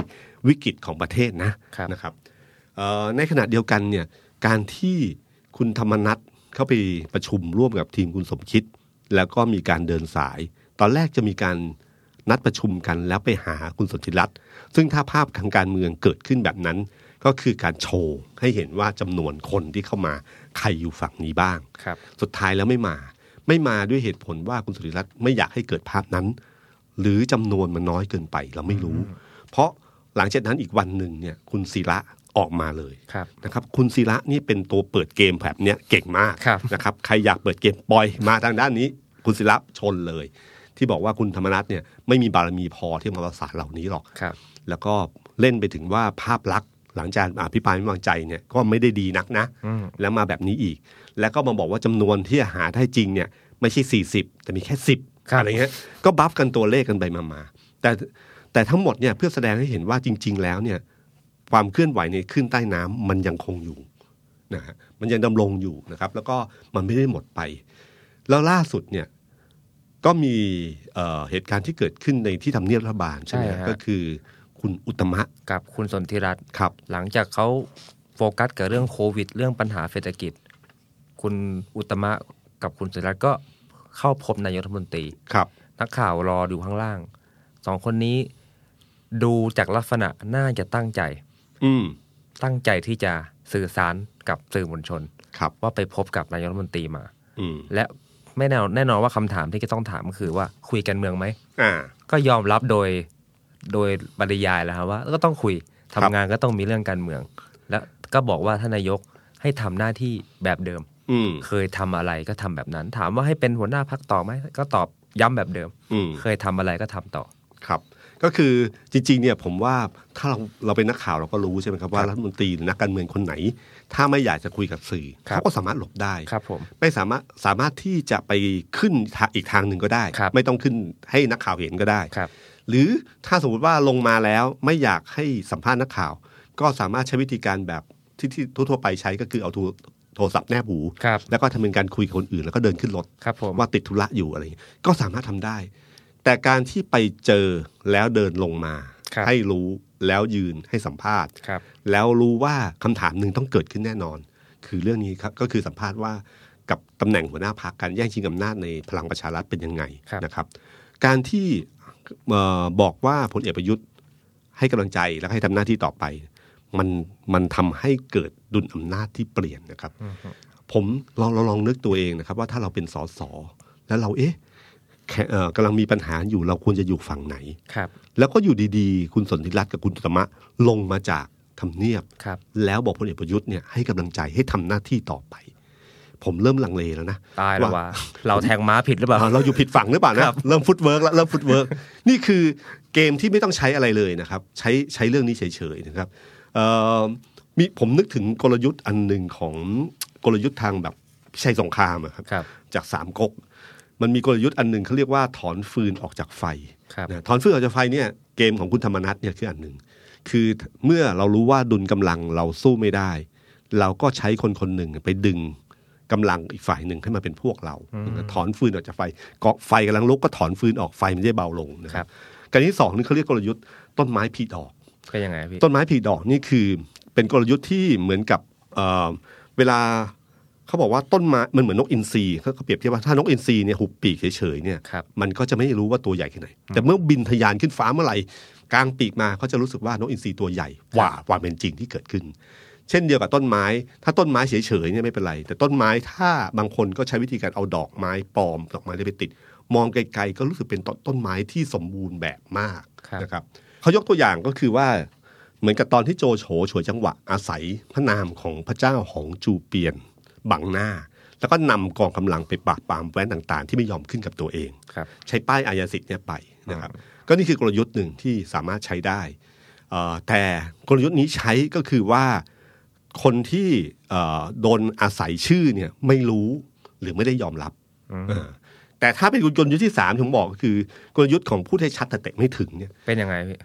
Speaker 2: วิกฤตของประเทศนะครับ นะครับ เอ่อในขณะเดียวกันเนี่ยการที่คุณธรรมนัทเข้าไปประชุมร่วมกับทีมคุณสมคิด แล้วก็มีการเดินสาย ตอนแรกจะมีการนัดประชุมกันแล้วไปหาคุณสนธิรัตน์ซึ่งถ้าภาพทางการเมืองเกิดขึ้นแบบนั้น ก็คือการโชว์ให้เห็นว่าจำนวนคนที่เข้ามาใครอยู่ฝั่งนี้บ้าง
Speaker 3: ครับ
Speaker 2: สุดท้ายแล้วไม่มา ไม่มาด้วยเหตุผลว่าคุณสุริรัตน์ไม่อยากให้เกิดภาพนั้น หรือจำนวนมันน้อยเกินไปเราไม่รู้ เพราะหลังจากนั้นอีกวันหนึ่งเนี่ยคุณศิระออกมาเลย
Speaker 3: ครับ
Speaker 2: นะครับ คุณศิระนี่เป็นตัวเปิดเกมแบบเนี้ยเก่งมาก
Speaker 3: ครับ
Speaker 2: นะครับ ใครอยากเปิดเกมปล่อยมาทางด้านนี้ คุณศิระชนเลย ที่บอกว่าคุณธรรมนัฐเนี่ยไม่มีบารมีพอที่มาประสานเหล่านี้หรอก
Speaker 3: ครับ
Speaker 2: แล้วก็เล่นไปถึงว่าภาพลักษณ์หลังจากอภิปรายไม่วางใจเนี่ยก็ไม่ได้ดีนักนะ
Speaker 3: อืม
Speaker 2: แล้วมาแบบนี้อีก แล้วก็มาบอกว่าจำนวนที่หาได้จริงเนี่ยไม่ใช่ 40 แต่มีแค่
Speaker 3: ค
Speaker 2: 10
Speaker 3: รับ
Speaker 2: อะไรเงี้ย ก็บัฟกันตัวเลขกันไปมามาแต่แต่ทั้งหมดเนี่ยเพื่อแสดงให้เห็นว่าจริง ๆ แล้วเนี่ยความเคลื่อนไหวในขึ้นใต้น้ำมันยังคงอยู่นะฮะมันยังดำรงอยู่นะครับ แล้วก็มันไม่ได้หมดไป แล้วล่าสุดเนี่ยก็มีเอ่อเหตุการณ์ที่เกิดขึ้นในที่ทำเนียบรัฐบาลใช่ไหม
Speaker 3: ใช่
Speaker 2: ฮะ
Speaker 3: ฮะ
Speaker 2: ก็คือคุณอุตมะ
Speaker 3: กับคุณสนธิรัตน์
Speaker 2: ครับ
Speaker 3: หลังจากเขาโฟกัสกับเรื่องโควิด เรื่องปัญหาเศรษฐกิจ คุณอุตมะกับคุณสนธิรัตน์ก็เข้าพบนายกรัฐมนตรี
Speaker 2: ครับ
Speaker 3: นักข่าวรอดูข้างล่าง สองคนนี้ดูจากลักษณะน่าจะตั้งใจ
Speaker 2: อืม
Speaker 3: ตั้งใจที่จะสื่อสารกับสื่อมวลชน
Speaker 2: ครับ
Speaker 3: ว่าไปพบกับนายกรัฐมนตรีมา
Speaker 2: อืม
Speaker 3: และไม่แน่แน่นอนว่าคำถามที่จะต้องถามก็คือว่าคุยกันเมืองไหม
Speaker 2: อ่า
Speaker 3: ก็ยอมรับโดยโดยบรรยายแล้วครับว่าก็ต้องคุย
Speaker 2: ครั
Speaker 3: ทำ
Speaker 2: บ
Speaker 3: งานก็ต้องมีเรื่องการเมือง แล้วก็บอกว่าท่านนายกให้ทำหน้าที่แบบเดิม
Speaker 2: อืม
Speaker 3: เคยทำอะไรก็ทำแบบนั้น ถามว่าให้เป็นหัวหน้าพักต่อไหมก็ตอบย้ำแบบเดิม
Speaker 2: อืม
Speaker 3: เคยทำอะไรก็ทำต่อ
Speaker 2: ครับก็คือจริงๆเนี่ยผมว่าถ้าเราเราเป็นนักข่าวเราก็รู้ใช่ไหมครับว่า
Speaker 3: ครับ
Speaker 2: รัฐมนตรีหรือนักการเมืองคนไหน ถ้าไม่อยากจะคุยกับสื่อ
Speaker 3: ครับ
Speaker 2: เขาก็สามารถหลบได้
Speaker 3: ครับผม
Speaker 2: ไม่สามารถสามารถที่จะไปขึ้นทางอีกทางหนึ่งก็ได้
Speaker 3: ครับ
Speaker 2: ไม่ต้องขึ้นให้นักข่าวเห็นก็ได้
Speaker 3: ครับ
Speaker 2: หรือถ้าสมมติว่าลงมาแล้วไม่อยากให้สัมภาษณ์นักข่าว ก็สามารถใช้วิธีการแบบที่ที่ทั่วๆไปใช้ก็คือเอาโทรโทรศัพท์แนบหู
Speaker 3: ครับ
Speaker 2: แล้วก็ทำเป็นการคุยกับคนอื่นแล้วก็เดินขึ้นรถ
Speaker 3: ครับผม
Speaker 2: ว่าติดธุระอยู่อะไรอย่างเงี้ยก็สามารถทำได้ แต่การที่ไปเจอแล้วเดินลงมา
Speaker 3: ครับ
Speaker 2: ให้รู้แล้วยืนให้สัมภาษณ์
Speaker 3: ครับ
Speaker 2: แล้วรู้ว่าคำถามหนึ่งต้องเกิดขึ้นแน่นอน คือเรื่องนี้ครับก็คือสัมภาษณ์ว่ากับตำแหน่งหัวหน้าพักการแย่งชิงอำนาจในพลังประชารัฐเป็นยังไง
Speaker 3: ครับ
Speaker 2: นะครับ การที่เอ่อบอกว่าพลเอกประยุทธ์ให้กำลังใจแล้วก็ให้ทำหน้าที่ต่อไป มันมันทำให้เกิดดุลอำนาจที่เปลี่ยนนะครับ ผมลองเราลองนึกตัวเองนะครับ ว่าถ้าเราเป็นสสแล้วเราเอ๊ะแค่เอ่อกำลังมีปัญหาอยู่เราควรจะอยู่ฝั่งไหน
Speaker 3: ครับ
Speaker 2: แล้วก็อยู่ดีๆ คุณสนธิรัตน์กับคุณอุตตมะลงมาจากทำเนียบ
Speaker 3: ครับ
Speaker 2: แล้วบอกพลเอกประยุทธ์เนี่ยให้กำลังใจให้ทำหน้าที่ต่อไป ผมเริ่มลังเลแล้วนะ
Speaker 3: ตายแล้ว
Speaker 2: ว่า
Speaker 3: ว่า เราแทงม้าผิดหรือเปล่า
Speaker 2: อ่าเราอยู่ผิดฝั่งหรือเปล่านะเริ่มฟุตเวิร์กแล้วเริ่มฟุตเวิร์กนี่คือเกมที่ไม่ต้องใช้อะไรเลยนะครับ ใช้ใช้เรื่องนี้เฉยๆนะครับเอ่อมีผมนึกถึงกลยุทธ์อันหนึ่งของกลยุทธ์ทางแบบพิชัยสงครามอะครับ
Speaker 3: ครับ
Speaker 2: จากสามก๊กมันมีกลยุทธ์อันหนึ่งเขาเรียกว่าถอนฟืนออกจากไฟ
Speaker 3: ครับ
Speaker 2: นะถอนฟืนออกจากไฟเนี่ยเกมของคุณธรรมนัฐเนี่ยคืออันหนึ่งคือเมื่อเรารู้ว่าดุลกำลังเราสู้ไม่ได้ เราก็ใช้คนคนหนึ่งไปดึงกำลังอีกฝ่ายหนึ่งให้มาเป็นพวกเรา ถอนฟืนออกจากไฟเกาะไฟกำลังลุกก็ถอนฟืนออกไฟมันจะเบาลงนะค
Speaker 3: ครั
Speaker 2: รับบ การที่สองนี่เขาเรียกกลยุทธ์ต้นไม้ผีดอก
Speaker 3: ก็ยังไงพี่
Speaker 2: ต้นไม้ผีดอกนี่คือเป็นกลยุทธ์ที่เหมือนกับเอ่อเวลาเขาบอกว่าต้นไม้มันเหมือนนกอินทรีเขาเขาเปรียบเทียบว่าถ้านกอินทรีเนี่ยหุบปีกเฉยๆเนี่ย
Speaker 3: ครับ
Speaker 2: มันก็จะไม่รู้ว่าตัวใหญ่แค่ไหน แต่เมื่อบินทะยานขึ้นฟ้าเมื่อไหร่กลางปีกมาเขาจะรู้สึกว่านกอินทรีตัวใหญ่กว่ากว่าเป็นจริงที่เกิดขึ้น เช่นเดียวกับต้นไม้ ถ้าต้นไม้เฉยๆเนี่ยไม่เป็นไร แต่ต้นไม้ถ้าบางคนก็ใช้วิธีการเอาดอกไม้ปลอมดอกไม้ไปติด มองไกลๆก็รู้สึกเป็นต้นต้นไม้ที่สมบูรณ์แบบมาก
Speaker 3: ครับ
Speaker 2: นะครับเขายกตัวอย่างก็คือว่า เหมือนกับตอนที่โจโฉฉวยจังหวะอาศัยพระนามของพระเจ้าของจูเปียน บังหน้า แล้วก็นำกองกำลังไปปราบปรามแว้นต่างๆ ที่ไม่ยอมขึ้นกับตัวเอง
Speaker 3: ครับ
Speaker 2: ใช้ป้ายอายาสิทธิ์เนี่ยไปนะครับก็นี่คือกลยุทธ์หนึ่งที่สามารถใช้ได้เอ่อแต่กลยุทธ์นี้ใช้ก็คือว่าคนที่เอ่อโดนอาศัยชื่อเนี่ยไม่รู้หรือไม่ได้ยอมรับเออแต่ถ้าเป็นกลยุทธ์ที่สามที่ผมบอกก็คือกลยุทธ์ของผู้ให้ชัดแต่เตะไม่ถึงเนี่ย
Speaker 3: เป็นยังไงพี่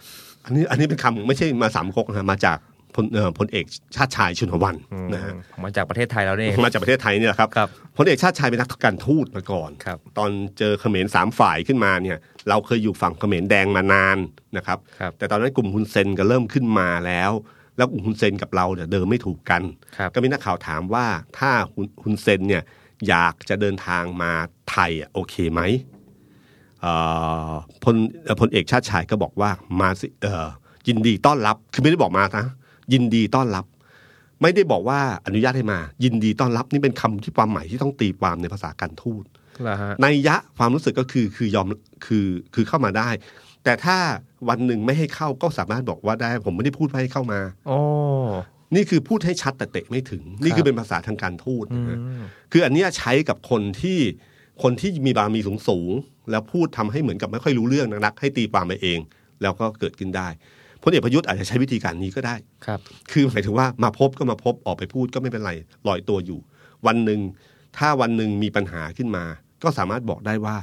Speaker 2: อันนี้อันนี้เป็นคำไม่ใช่มาสามก๊กนะฮะมาจากพลเอ่อพลเอกชาติชายชุนหวัน
Speaker 3: อืม
Speaker 2: นะฮะ
Speaker 3: มาจากประเทศไทยแล้วนี่เอง
Speaker 2: มาจากประเทศไทยนี่แหละครับ
Speaker 3: ครับ
Speaker 2: พลเอกชาติชายเป็นนักการทูตมาก่อน
Speaker 3: ครับ
Speaker 2: ตอนเจอเขมรสามฝ่ายขึ้นมาเนี่ย เราเคยอยู่ฝั่งเขมรแดงมานานนะครับ
Speaker 3: ครับ
Speaker 2: แต่ตอนนั้นกลุ่มฮุนเซนก็เริ่มขึ้นมาแล้ว แล้วกลุ่มฮุนเซนกับเราเนี่ยเดิมไม่ถูกกัน
Speaker 3: ครับ
Speaker 2: ก็มีนักข่าวถามว่าถ้าฮุนฮุนเซนเนี่ยอยากจะเดินทางมาไทยอ่ะโอเคไหม เอ่อพลเอ่อพลเอกชาติชายก็บอกว่ามาสิเอ่อยินดีต้อนรับ คือไม่ได้บอกมานะ ยินดีต้อนรับ ไม่ได้บอกว่าอนุญาตให้มา ยินดีต้อนรับนี่เป็นคำที่ความหมายที่ต้องตีความในภาษาการทูต
Speaker 3: เหรอฮะ
Speaker 2: ในยะความรู้สึกก็คือคือยอมคือคือเข้ามาได้ แต่ถ้าวันหนึ่งไม่ให้เข้าก็สามารถบอกว่าได้ ผมไม่ได้พูดว่าให้เข้ามา
Speaker 3: โอ้
Speaker 2: นี่คือพูดให้ชัดแต่เตะไม่ถึง นี่คือเป็นภาษาทางการทูตนะฮะคืออันเนี้ยใช้กับคนที่คนที่มีบารมีสูงสูงๆแล้วพูดทำให้เหมือนกับไม่ค่อยรู้เรื่องนักๆให้ตีความไปเอง แล้วก็เกิดขึ้นได้พลเอกประยุทธ์อาจจะใช้วิธีการนี้ก็ได้
Speaker 3: ครับ
Speaker 2: คือหมายถึงว่ามาพบก็มาพบออกไปพูดก็ไม่เป็นไรลอยตัวอยู่ วันหนึ่งถ้าวันหนึ่งมีปัญหาขึ้นมา ก็สามารถบอกได้ว่า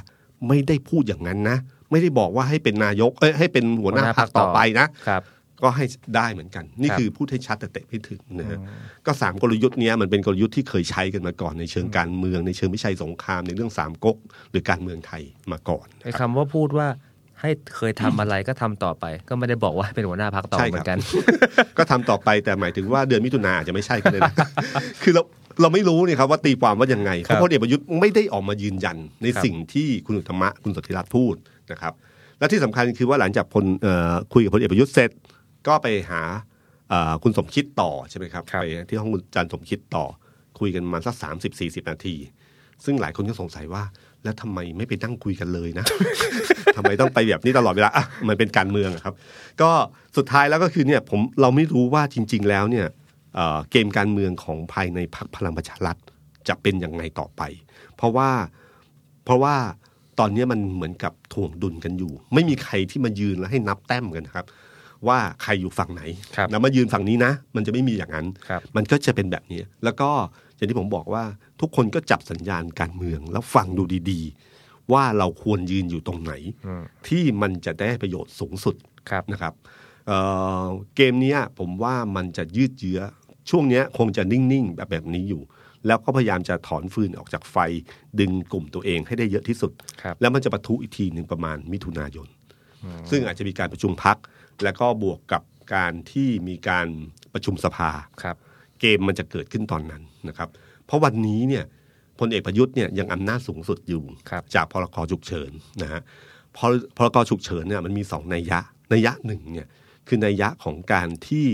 Speaker 2: ไม่ได้พูดอย่างนั้นนะ ไม่ได้บอกว่าให้เป็นนายกเอ้ยให้เป็นหัวหน้า
Speaker 3: หัว
Speaker 2: พ
Speaker 3: หน้าพ
Speaker 2: ร
Speaker 3: ร
Speaker 2: รค
Speaker 3: รค
Speaker 2: ต่
Speaker 3: ต่
Speaker 2: อ
Speaker 3: อ
Speaker 2: ไปนะ
Speaker 3: ครับ
Speaker 2: ก็ให้ได้เหมือนกัน นี่
Speaker 3: ครับ
Speaker 2: คือพูดให้ชัดแต่เตะไม่ถึงนะฮะก็สามกลยุทธ์เนี้ยมันเป็นกลยุทธ์ที่เคยใช้กันมาก่อนในเชิงการเมืองในเชิงวิชัยสงครามในเรื่องสามก๊กหรือการเมืองไทยมาก่อน
Speaker 3: ไอ้คำว่าพูดว่าให้เคยทำอะไรก็ทำต่อไป ก็ไม่ได้บอกว่าเป็นหัวหน้าพักต่อเหมือนกัน
Speaker 2: ก็ทำต่อไปแต่หมายถึงว่าเดือนมิถุนาอาจจะไม่ใช่ก็ได้นะ คือเราเราไม่รู้เนี่ยครับว่าตีความว่ายังไงเพราะพลเอกประยุทธ์ไม่ได้ออกมายืนยันใน
Speaker 3: ครับ
Speaker 2: สิ่งที่คุณอุตตมะคุณสนธิรัตน์พูดนะครับ และที่สำคัญคือว่าหลังจากพลเอ่อคุยกับพลเอกประยุทธ์เสร็จก็ไปหาเอ่อคุณสมคิดต่อใช่ไหมครับ
Speaker 3: ครับ
Speaker 2: ไปที่ห้องคุณจันทร์สมคิดต่อ คุยกันประมาณสักสามสิบสี่สิบนาที ซึ่งหลายคนก็สงสัยว่า แล้วทำไมไม่ไปนั่งคุยกันเลยนะ ทำไมต้องไปแบบนี้ตลอดเวลาอ่ะมันเป็นการเมืองอะครับ ก็สุดท้ายแล้วก็คือเนี่ยผมเราไม่รู้ว่าจริง ๆ แล้วเนี่ยเอ่อเกมการเมืองของภายในพรรคพลังประชารัฐจะเป็นยังไงต่อไป เพราะว่า เพราะว่าตอนนี้มันเหมือนกับถ่วงดุลกันอยู่ ไม่มีใครที่มายืนแล้วให้นับแต้มกันนะครับ ว่าใครอยู่ฝั่งไหน
Speaker 3: ครับ
Speaker 2: แล้วมายืนฝั่งนี้นะ มันจะไม่มีอย่างนั้น
Speaker 3: ครับ
Speaker 2: มันก็จะเป็นแบบนี้ แล้วก็อย่างที่ผมบอกว่าทุกคนก็จับสัญญาณการเมือง แล้วฟังดูดีๆ ว่าเราควรยืนอยู่ตรงไหน ที่มันจะได้ประโยชน์สูงสุด
Speaker 3: ครับ
Speaker 2: นะครับเอ่อเกมเนี้ยผมว่ามันจะยืดเยื้อ ช่วงเนี้ยคงจะนิ่ง ๆ แบบแบบนี้อยู่ แล้วก็พยายามจะถอนฟืนออกจากไฟ ดึงกลุ่มตัวเองให้ได้เยอะที่สุด
Speaker 3: ครับ
Speaker 2: แล้วมันจะปะทุอีกทีหนึ่งประมาณมิถุนายน ซึ่งอาจจะมีการประชุมพัก แล้วก็บวกกับการที่มีการประชุมสภา
Speaker 3: ครับ
Speaker 2: เกมมันจะเกิดขึ้นตอนนั้นนะครับ เพราะวันนี้เนี่ยพลเอกประยุทธ์เนี่ยยังอำนาจสูงสุดอยู่
Speaker 3: ครับ
Speaker 2: จากพรกฉุกเฉินนะฮะพรพรกฉุกเฉินเนี่ยมันมีสองนัยยะนัยยะหนึ่งเนี่ยคือนัยยะของการที่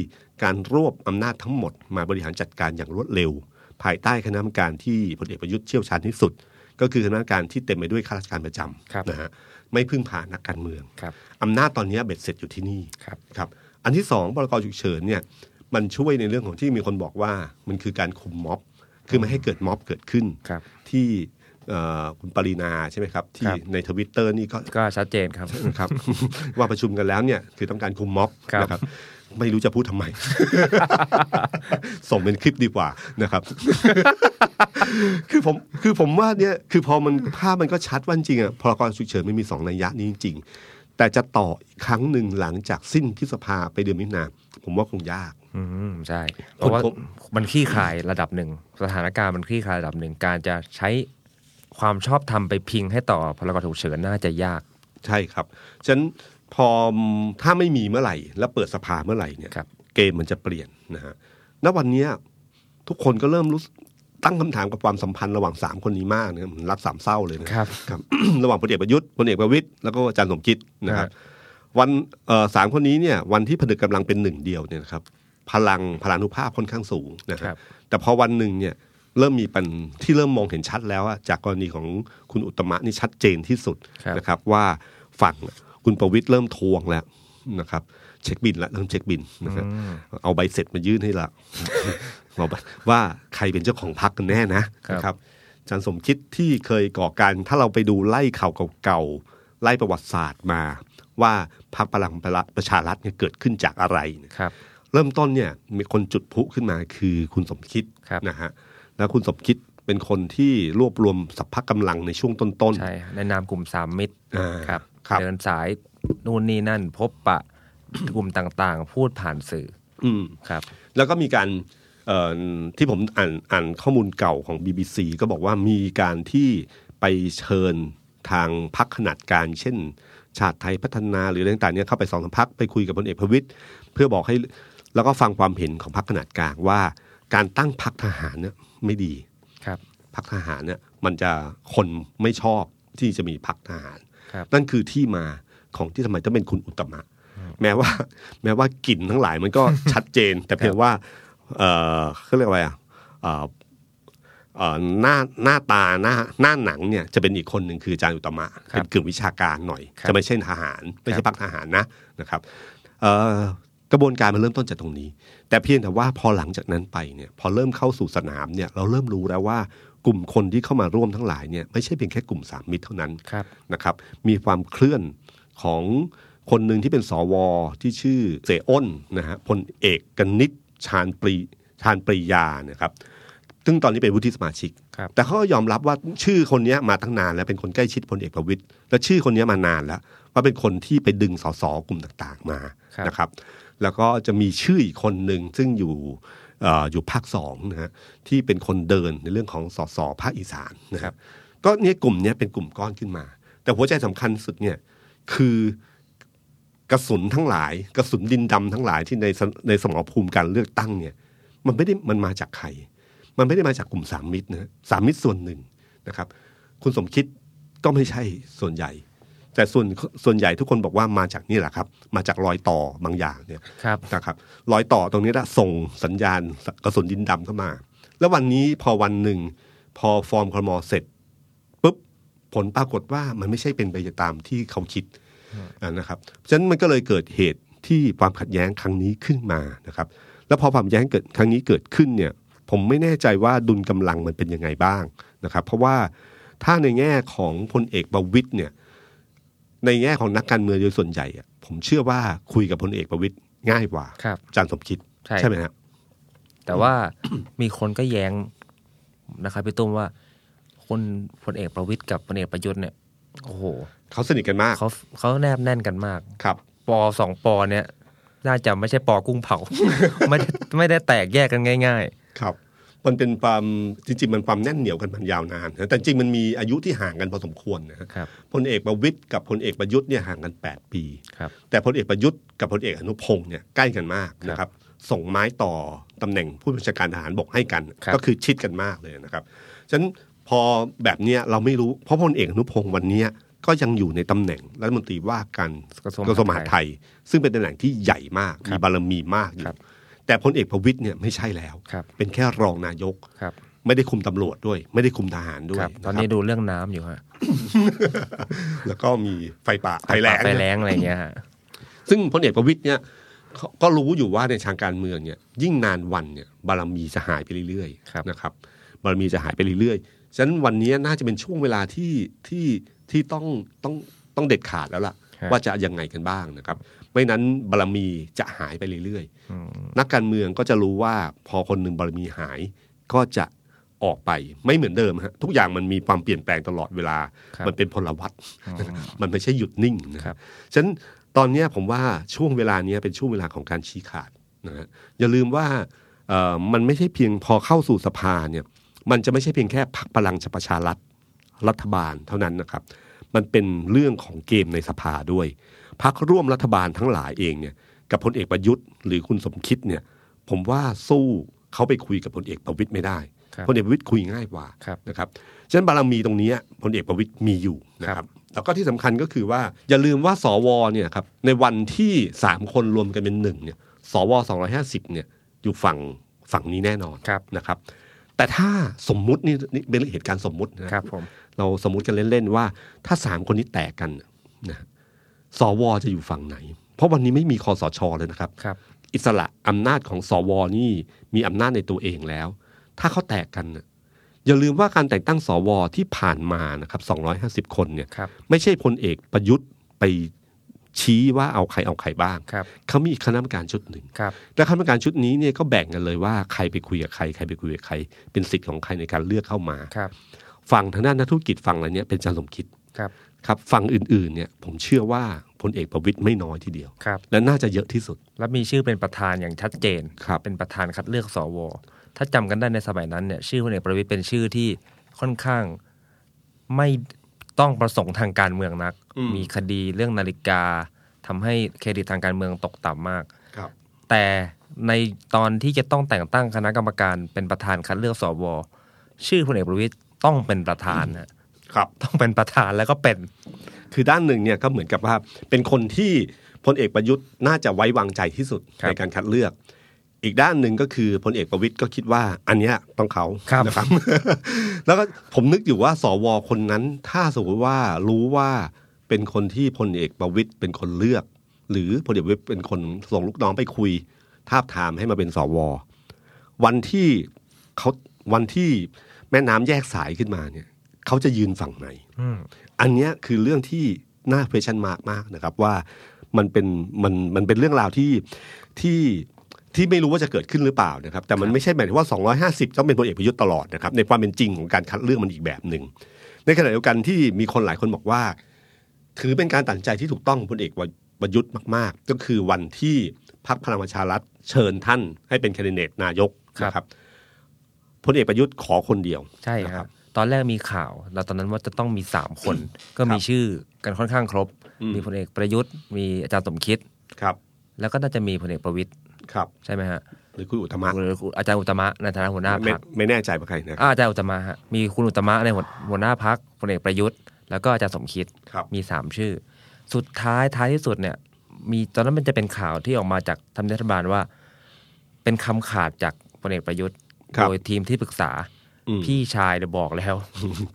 Speaker 2: การรวบอำนาจทั้งหมดมาบริหารจัดการอย่างรวดเร็ว ภายใต้คณะกรรมการที่พลเอกประยุทธ์เชี่ยวชาญที่สุด ก็คือคณะกรรมการที่เต็มไปด้วยข้าราชการประจ
Speaker 3: ครับ
Speaker 2: ำนะฮะไม่พึ่งพานักการเมือง
Speaker 3: ครับ
Speaker 2: อำนาจตอนนี้เบ็ดเสร็จอยู่ที่นี่
Speaker 3: ครับ
Speaker 2: ครับอันที่สองพรกฉุกเฉินเนี่ยมันช่วยในเรื่องของที่มีคนบอกว่ามันคือการคุมม็อบ คือไม่ให้เกิดม็อบเกิดขึ้น
Speaker 3: ครับ
Speaker 2: ที่เอ่อคุณปรินาใช่ไหมครับ
Speaker 3: ค
Speaker 2: ที่
Speaker 3: รับ
Speaker 2: ในทวิตเตอร์นี่ก็
Speaker 3: ก็ชัดเจนครับ
Speaker 2: ครับ ว่าประชุมกันแล้วเนี่ยคือต้องการคุมม็อบ
Speaker 3: ครับ
Speaker 2: นะครับ ไม่รู้จะพูดทำไม ส่งเป็นคลิปดีกว่านะครับ คือผมคือผมว่าเนี่ยคือพอมันภาพมันก็ชัดว่าจริงๆอ่ะพรกฉุกเฉินไม่มีสองนัยยะนี้จริงๆแต่จะต่ออีกครั้งหนึ่งหลังจากสิ้นพฤษภาไปเดือนมิถุนาผมว่าคงยาก
Speaker 3: อืมใช่ เพราะว่า
Speaker 2: ผม
Speaker 3: มันคลี่คลายระดับหนึ่งสถานการณ์มันคลี่คลายระดับหนึ่งการจะใช้ความชอบธรรมไปพิงให้ต่อพลกรฉุกเฉินน่าจะยาก
Speaker 2: ใช่ครับฉะนั้นพอถ้าไม่มีเมื่อไหร่ และเปิดสภาเมื่อไหร่เนี่ย
Speaker 3: ครับ
Speaker 2: เกมมันจะเปลี่ยนนะฮะณวันเนี้ยทุกคนก็เริ่มรู้สึกตั้งคำถามกับความสัมพันธ์ระหว่างสามคนนี้มากนะเหมือนรักสามเศร้าเลยนะครับ ครับ ระหว่างพลเอกประยุทธ์พลเอกประวิตยแล้วก็อาจารย์สมคิดนะครับ วันเอ่อสามคนนี้เนี่ยวันที่ผนึกกำลังเป็นหนึ่งเดียวเนี่ยนะครับพลังพลานุภาพค่อนข้างสูงนะค
Speaker 3: ครั
Speaker 2: รับบ แต่พอวันหนึ่งเนี่ยเริ่มมีปัญที่เริ่มมองเห็นชัดแล้วอะจากกรณีของคุณอุตตมะนี่ชัดเจนที่สุด
Speaker 3: ครับ
Speaker 2: นะครับว่าฝั่งคุณประวิทย์เริ่มทวงแล้วนะครับ เช็คบินละเริ่มเช็คบินนะครับเอาใบเสร็จมายื่นให้ละ บอกว่าใครเป็นเจ้าของพักกันแน่นะครับ นะครับอาจารย์สมคิดที่เคยก่อการถ้าเราไปดูไล่ข่าวเก่าๆไล่ประวัติศาสตร์มา ว่าพักพลังประชารัฐเนี่ยเกิดขึ้นจากอะไรเนี่ย
Speaker 3: ครับ
Speaker 2: เริ่มต้นเนี่ยมีคนจุดพลุขึ้นมาคือคุณสมคิด
Speaker 3: ครับ
Speaker 2: นะฮะแล้วคุณสมคิดเป็นคนที่รวบรวมสัพพะกำลังในช่วงต้น
Speaker 3: ใช่ฮะในนามกลุ่มสามมิตร
Speaker 2: อ่า
Speaker 3: ครับ
Speaker 2: ครับ
Speaker 3: เดินสายนู่นนี่นั่นพบปะ กลุ่มต่างๆ พูดผ่านสื่อ
Speaker 2: ๆอืม
Speaker 3: ครับ
Speaker 2: แล้วก็มีการเอ่อที่ผมอ่านอ่านข้อมูลเก่าของ BBC ก็บอกว่ามีการที่ไปเชิญทางพักขนาดกลางเช่น ชาติไทยพัฒนาหรืออะไรต่างๆเนี่ยเข้าไปสองสามพักไปคุยกับพลเอกประวิตยเพื่อบอกให้แล้วก็ฟังความเห็นของพักขนาดกลางว่า การตั้งพักทหารเนี่ยไม่ดี
Speaker 3: ครับ
Speaker 2: พรรคทหารเนี่ยมันจะคนไม่ชอบที่จะมีพรรคทหาร
Speaker 3: ครับ
Speaker 2: นั่นคือที่มาของที่ทำไมต้องเป็นคุณอุตตมะ แม้ว่า แม้ว่ากลิ่นทั้งหลายมัน ก็ ชัดเจน แต่เพียงว่าเออเขาเรียกว่าอะไรอ่ะเอ่อเอ่อหน้าหน้าตาหน้าหน้าหนังเนี่ยจะเป็นอีกคนหนึ่งคืออาจารย์อุตตมะ
Speaker 3: ครับ
Speaker 2: เป็นกึ่งวิชาการหน่อย
Speaker 3: ครับ
Speaker 2: จะไม่ใช่ทหารไม่
Speaker 3: ครั
Speaker 2: ใช่
Speaker 3: บ
Speaker 2: พรรคทหารนะนะครับเอ่อกระบวนการมันเริ่มต้นจากตรงนี้ แต่เพียงแต่ว่าพอหลังจากนั้นไปเนี่ยพอเริ่มเข้าสู่สนามเนี่ยเราเริ่มรู้แล้วว่ากลุ่มคนที่เข้ามาร่วมทั้งหลายเนี่ยไม่ใช่เพียงแค่กลุ่มสามมิตรเท่านั้น
Speaker 3: ครับ
Speaker 2: นะครับมีความเคลื่อนของคนหนึ่งที่เป็นสวที่ชื่อเสอ้นนะฮะพลเอกกนิษฐ์ชาญปรีชาญปรียานะครับซึ่งตอนนี้เป็นวุฒิสมาชิก
Speaker 3: ครับ
Speaker 2: แต่เขาก็ยอมรับว่าชื่อคนเนี้ยมาตั้งนานแล้วเป็นคนใกล้ชิดพลเอกประวิตยและชื่อคนเนี้ยมานานแล้ว ว่าเป็นคนที่ไปดึงสสกลุ่มต่างๆมา
Speaker 3: ครับ
Speaker 2: นะครับ แล้วก็จะมีชื่ออีกคนหนึ่งซึ่งอยู่เอ่ออยู่ภาคสองนะฮะที่เป็นคนเดินในเรื่องของสสภาคอีสานนะครับ ก็เนี่ยกลุ่มเนี้ยเป็นกลุ่มก้อนขึ้นมา แต่หัวใจสำคัญสุดเนี่ยคือกระสุนทั้งหลาย กระสุนดินดำทั้งหลายที่ในสในสมรภูมิการเลือกตั้งเนี่ย มันไม่ได้มันมาจากใคร มันไม่ได้มาจากกลุ่มสามมิตรนะสามมิตรส่วนหนึ่งนะครับ คุณสมคิดก็ไม่ใช่ส่วนใหญ่ แต่ส่วนส่วนใหญ่ทุกคนบอกว่ามาจากนี่แหละครับ มาจากรอยต่อบางอย่างเนี่ย
Speaker 3: ครับ
Speaker 2: นะครับรอยต่อตรงนี้ละส่งสัญญาณกระสุนดินดำเข้ามา แล้ววันนี้พอวันหนึ่ง พอฟอร์มครมเสร็จปุ๊บผลปรากฏว่ามันไม่ใช่เป็นไปตามที่เขาคิดอ่านะครับฉะนั้นมันก็เลยเกิดเหตุที่ความขัดแย้งครั้งนี้ขึ้นมานะครับ แล้วพอความขัดแย้งเกิดครั้งนี้เกิดขึ้นเนี่ย ผมไม่แน่ใจว่าดุลกำลังมันเป็นยังไงบ้างนะครับ เพราะว่าถ้าในแง่ของพลเอกประวิตยเนี่ย ในแง่ของนักการเมืองโดยส่วนใหญ่อะผมเชื่อว่าคุยกับพลเอกประวิตยง่ายกว่า
Speaker 3: ครับ
Speaker 2: อาจารย์สมคิด
Speaker 3: ใช่
Speaker 2: ไหมครับ
Speaker 3: แต่ว่า มีคนก็แย้งนะครับพี่ตุ้มว่า คนพลเอกประวิตยกับพลเอกประยุทธ์เนี่ยโอ้โห
Speaker 2: เขาสนิทกันมาก
Speaker 3: เขาเขาแนบแน่นกันมาก
Speaker 2: ครับ
Speaker 3: ปอสองปอเนี่ย น่าจะไม่ใช่ปอกุ้งเผา ไม่ได้ไม่ได้แตกแยกกันง่าย
Speaker 2: ครับ มันเป็นความจริงๆ มันความแน่นเหนียวกันมันยาวนานนะแต่จริงมันมีอายุที่ห่างกันพอสมควรนะฮะ
Speaker 3: ๆ ครับ
Speaker 2: พลเอกประวิตยกับพลเอกประยุทธ์เนี่ยห่างกัน 8 ปี
Speaker 3: ครับ
Speaker 2: แต่พลเอกประยุทธ์กับพลเอกอนุพงศ์เนี่ยใกล้กันมากนะครับ ส่งไม้ต่อตำแหน่งผู้บัญชาการทหารบกให้กัน
Speaker 3: ครับ
Speaker 2: ก็คือชิดกันมากเลยนะครับฉะนั้นพอแบบเนี้ยเราไม่รู้เพราะพลเอกอนุพงศ์วันเนี้ยก็ยังอยู่ในตำแหน่งรัฐมนตรีว่าการ
Speaker 3: กระทรวง
Speaker 2: กระทรวงมหาดไทย ซึ่งเป็นตำแหน่งที่ใหญ่มาก
Speaker 3: ครับ
Speaker 2: มีบารมีมากอยู่
Speaker 3: ครับ
Speaker 2: แต่พลเอกประวิตยเนี่ยไม่ใช่แล้ว
Speaker 3: ครับ
Speaker 2: เป็นแค่รองนายก
Speaker 3: ครับ
Speaker 2: ไม่ได้คุมตำรวจด้วย ไม่ได้คุมทหารด้ว
Speaker 3: ค
Speaker 2: ย
Speaker 3: รับ ตอนนี้
Speaker 2: ะครับ
Speaker 3: ดูเรื่องน้ำอยู่ฮะ
Speaker 2: แล้วก็มีไฟป่าไฟแรง
Speaker 3: ไฟแรงอะไรอย่างเงี้ยฮะ
Speaker 2: ซึ่งพลเอกประวิตยเนี่ยเขาก็รู้อยู่ว่าในทางการเมืองเนี่ยยิ่งนานวันเนี่ยบารมีจะหายไปเรื่อย
Speaker 3: ครับ
Speaker 2: ๆนะครับบารมีจะหายไปเรื่อยๆฉะนั้นวันนี้น่าจะเป็นช่วงเวลาที่ที่ที่ต้องต้องต้องเด็ดขาดแล้วล่ะ
Speaker 3: ครับ
Speaker 2: ว่าจะยังไงกันบ้างนะครับ ไม่นั้นบารมีจะหายไปเรื่อย
Speaker 3: อืม
Speaker 2: ๆนักการเมืองก็จะรู้ว่าพอคนหนึ่งบารมีหายก็จะออกไปไม่เหมือนเดิมฮะทุกอย่างมันมีความเปลี่ยนแปลงตลอดเวลา
Speaker 3: ครับ
Speaker 2: มันเป็นพลวัต
Speaker 3: อืม
Speaker 2: มันไม่ใช่หยุดนิ่งนะค
Speaker 3: ครั
Speaker 2: รับบ ฉะนั้นตอนเนี้ยผมว่าช่วงเวลาเนี้ยเป็นช่วงเวลาของการชี้ขาดนะฮะอย่าลืมว่าเอ่อมันไม่ใช่เพียงพอเข้าสู่สภาเนี่ยมันจะไม่ใช่เพียงแค่พักพลังประชารัฐรัฐบาลเท่านั้นนะครับ มันเป็นเรื่องของเกมในสภาด้วยพักร่วมรัฐบาลทั้งหลายเองเนี่ยกับพลเอกประยุทธ์หรือคุณสมคิดเนี่ยผมว่าสู้เขาไปคุยกับพลเอกประวิตยไม่ได้
Speaker 3: ครับ
Speaker 2: พลเอกประวิตยคุยง่ายกว่า
Speaker 3: ครับ
Speaker 2: นะครับฉะนั้นบารมีตรงเนี้ยพลเอกประวิตยมีอยู่นะค
Speaker 3: ครั
Speaker 2: รับบ แล้วก็ที่สำคัญก็คือว่าอย่าลืมว่าสวเนี่ยครับในวันที่สามคนรวมกันเป็นหนึ่งเนี่ยสวสองร้อยห้าสิบเนี่ยอยู่ฝั่งฝั่งนี้แน่นอน
Speaker 3: ครับ
Speaker 2: นะครับ แต่ถ้าสมมุตินี่นี่เป็นเหตุการณ์สมมุตินะครับ
Speaker 3: ผม
Speaker 2: เราสมมุติกันเล่นๆว่าถ้าสามคนนี้แตกกันน่ะนะสวจะอยู่ฝั่งไหน เพราะวันนี้ไม่มีคอสชเลยนะครับ
Speaker 3: ครับ
Speaker 2: อิสระอำนาจของสวนี่มีอำนาจในตัวเองแล้ว ถ้าเขาแตกกันน่ะอย่าลืมว่าการแต่งตั้งสวที่ผ่านมานะครับ250 คนเนี่ย
Speaker 3: ครับ
Speaker 2: ไม่ใช่พลเอกประยุทธ์ไปชี้ว่าเอาใครเอาใครบ้าง
Speaker 3: ครับ
Speaker 2: เขามีคณะกรรมการชุดหนึ่ง
Speaker 3: ครับ
Speaker 2: และคณะกรรมการชุดนี้เนี่ยก็แบ่งกันเลยว่าใครไปคุยกับใครใครไปคุยกับใคร เป็นสิทธิ์ของใครในการเลือกเข้ามา
Speaker 3: ครับ
Speaker 2: ฝั่งทางด้านนักธุรกิจฝั่งอะไรเนี่ยเป็นอาจารย์สมคิด
Speaker 3: ครับ
Speaker 2: ครับฝั่งอื่นๆเนี่ยผมเชื่อว่าพลเอกประวิตยไม่น้อยทีเดียว
Speaker 3: ครับ
Speaker 2: และน่าจะเยอะที่สุด
Speaker 3: แล้วมีชื่อเป็นประธานอย่างชัดเจน
Speaker 2: ครับ
Speaker 3: เป็นประธานคัดเลือกสว ถ้าจำกันได้ในสมัยนั้นเนี่ยชื่อพลเอกประวิตยเป็นชื่อที่ค่อนข้างไม่ต้องประสงค์ทางการเมืองนัก
Speaker 2: อืม
Speaker 3: มีคดีเรื่องนาฬิกาทำให้เครดิตทางการเมืองตกต่ำมาก
Speaker 2: ครับ
Speaker 3: แต่ในตอนที่จะต้องแต่งตั้งคณะกรรมการเป็นประธานคัดเลือกสว ชื่อพลเอกประวิตยต้องเป็นประธานนะครับ ต้องเป็นประธานแล้วก็เป็น
Speaker 2: คือด้านหนึ่งเนี่ยก็เหมือนกับว่าเป็นคนที่พลเอกประยุทธ์น่าจะไว้วางใจที่สุด
Speaker 3: ครับ
Speaker 2: ในการคัดเลือก อีกด้านหนึ่งก็คือพลเอกประวิตยก็คิดว่าอันเนี้ยต้องเขา
Speaker 3: ครับ
Speaker 2: นะครับ แล้วก็ผมนึกอยู่ว่าสวคนนั้น ถ้าสมมติว่ารู้ว่าเป็นคนที่พลเอกประวิตยเป็นคนเลือก หรือพลเอกประวิตยเป็นคนส่งลูกน้องไปคุย ทาบทามให้มาเป็นสว วันที่เขาวันที่แม่น้ำแยกสายขึ้นมาเนี่ยเขาจะยืนฝั่งไหน
Speaker 3: อืม
Speaker 2: อันเนี้ยคือเรื่องที่น่าเพชันมากมากนะครับว่ามันเป็นมันมันเป็นเรื่องราวที่ที่ที่ไม่รู้ว่าจะเกิดขึ้นหรือเปล่านะครับ แต่มันไม่ใช่หมายถึงว่า 250 ต้องเป็นพลเอกประยุทธ์ตลอดนะครับ ในความเป็นจริงของการคัดเลือกมันอีกแบบหนึ่งในขณะเดียวกันที่มีคนหลายคนบอกว่า ถือเป็นการตัดสินใจที่ถูกต้องของพลเอกประยุทธ์มาก ๆ ก็คือวันที่พรรคพลังประชารัฐเชิญท่านให้เป็นแคนดิเดตนายก
Speaker 3: ครับ
Speaker 2: นะครับพลเอกประยุทธ์ขอคนเดียว
Speaker 3: ใช่
Speaker 2: นะ
Speaker 3: ค
Speaker 2: ครั
Speaker 3: รั
Speaker 2: บบ
Speaker 3: ตอนแรกมีข่าวแล้วตอนนั้นว่าจะต้องมีสามคน ก็มีชื่อกันค่อนข้างครบ
Speaker 2: อืม
Speaker 3: มีพลเอกประยุทธ์ มีอาจารย์สมคิด
Speaker 2: ครับ
Speaker 3: แล้วก็น่าจะมีพลเอกประวิตย
Speaker 2: ครับ
Speaker 3: ใช่ไหมฮะ
Speaker 2: หรือคุณอุตตมะ
Speaker 3: หรืออาจารย์อุตตมะในฐานะหัวหน้า
Speaker 2: ไม่
Speaker 3: พัก
Speaker 2: ไม่แน่ใจว่าใครนะครับ
Speaker 3: อาจารย์อุตตมะฮะมีคุณอุตตมะในหัวหัวหน้าพักพลเอกประยุทธ์แล้วก็อาจารย์สมคิด
Speaker 2: ครับ
Speaker 3: มีสามชื่อ สุดท้ายท้ายที่สุดเนี่ย มีตอนนั้นมันจะเป็นข่าวที่ออกมาจากทำเนียบรัฐบาลว่า เป็นคำขาดจากพลเอกประยุทธ์
Speaker 2: ครับ
Speaker 3: โดยทีมที่ปรึกษา
Speaker 2: อืม
Speaker 3: พี่ชายเนี่ยบอกแล้ว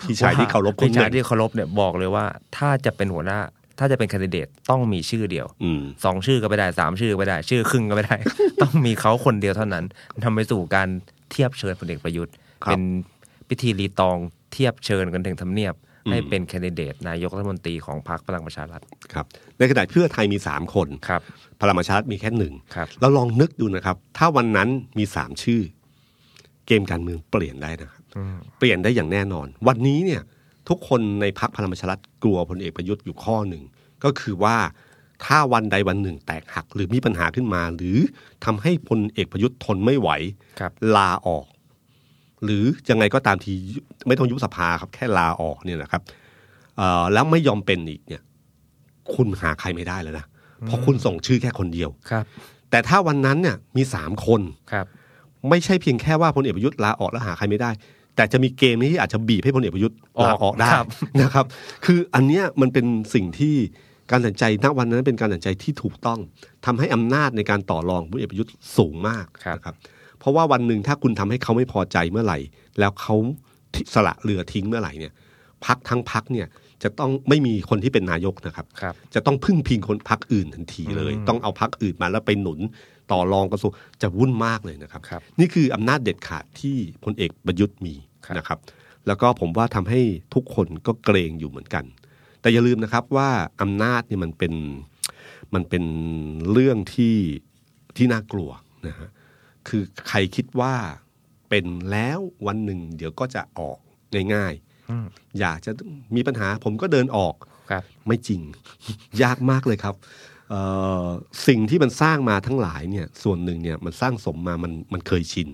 Speaker 2: พี่ชายที่เคารพคน
Speaker 3: พี่
Speaker 2: ห
Speaker 3: ชา
Speaker 2: นึ่
Speaker 3: ย
Speaker 2: ง
Speaker 3: ที่เคารพเนี่ยบอกเลยว่าถ้าจะเป็นหัวหน้า ถ้าจะเป็นแคนดิเดตต้องมีชื่อเดียว
Speaker 2: อืม
Speaker 3: สองชื่อก็ไม่ได้สามชื่อก็ไม่ได้ ชื่อครึ่งก็ไม่ได้ ต้องมีเขาคนเดียวเท่านั้นนำไปสู่การเทียบเชิญพลเอกประยุทธ์
Speaker 2: ครับ
Speaker 3: เป็นพิธีรีตองเทียบเชิญกันถึงทำเนียบ
Speaker 2: อืม
Speaker 3: ให้เป็นแคนดิเดตนายกรัฐมนตรีของพรรคพลังประชารัฐ
Speaker 2: ครับในขณะเพื่อไทยมีสามคน
Speaker 3: ครับ
Speaker 2: พลังประชารัฐมีแค่หนึ่ง
Speaker 3: ครับ
Speaker 2: เราลองนึกดูนะครับ ถ้าวันนั้นมีสามชื่อ เกมการเมืองเปลี่ยนได้นะครับ
Speaker 3: อืม
Speaker 2: เปลี่ยนได้อย่างแน่นอน วันนี้เนี่ย ทุกคนในพักพลังประชารัฐกลัวพลเอกประยุทธ์อยู่ข้อหนึ่ง ก็คือว่าถ้าวันใดวันหนึ่งแตกหัก หรือมีปัญหาขึ้นมา หรือทำให้พลเอกประยุทธ์ทนไม่ไหว
Speaker 3: ครับ
Speaker 2: ลาออก หรือยังไงก็ตามทีไม่ต้องยุบสภาครับ แค่ลาออกเนี่ยนะครับเอ่อแล้วไม่ยอมเป็นอีกเนี่ย คุณหาใครไม่ได้แล้วนะเพราะคุณส่งชื่อแค่คนเดียว
Speaker 3: ครับ
Speaker 2: แต่ถ้าวันนั้นเนี่ยมีสามคน
Speaker 3: ครับ
Speaker 2: ไม่ใช่เพียงแค่ว่าพลเอกประยุทธ์ลาออกแล้วหาใครไม่ได้ แต่จะมีเกมที่อาจจะบีบให้พลเอกประยุทธ์ลาออกได้นะครับ คืออันเนี้ยมันเป็นสิ่งที่ การตัดสินใจณวันนั้นเป็นการตัดสินใจที่ถูกต้องทำให้อำนาจในการต่อรองผู้เอกประยุทธ์สูงมาก
Speaker 3: ครับ
Speaker 2: นะครับเพราะว่าวันหนึ่งถ้าคุณทำให้เขาไม่พอใจเมื่อไหร่ แล้วเขาที่สละเรือทิ้งเมื่อไหร่เนี่ยพักทั้งพักเนี่ยจะต้องไม่มีคนที่เป็นนายกนะครับ
Speaker 3: ครับ
Speaker 2: จะต้องพึ่งพิงคนพักอื่นทันทีเลย
Speaker 3: อืม
Speaker 2: ต้องเอาพักอื่นมาแล้วไปหนุนต่อรองกระทรวงจะวุ่นมากเลยนะครับ
Speaker 3: ครับ
Speaker 2: นี่คืออำนาจเด็ดขาดที่พลเอกประยุทธ์มี
Speaker 3: ครับ
Speaker 2: นะครับ แล้วก็ผมว่าทำให้ทุกคนก็เกรงอยู่เหมือนกัน แต่อย่าลืมนะครับว่าอำนาจเนี่ยมันเป็นมันเป็นเรื่องที่ที่น่ากลัวนะฮะคือใครคิดว่าเป็นแล้ววันหนึ่ง เดี๋ยวก็จะออกง่าย
Speaker 3: อืม
Speaker 2: ๆอยากจะมีปัญหาผมก็เดินออก
Speaker 3: ครับ
Speaker 2: ไม่จริง ยากมากเลยครับเอ่อสิ่งที่มันสร้างมาทั้งหลายเนี่ยส่วนหนึ่งเนี่ยมันสร้างสมมามันมันเคยชิน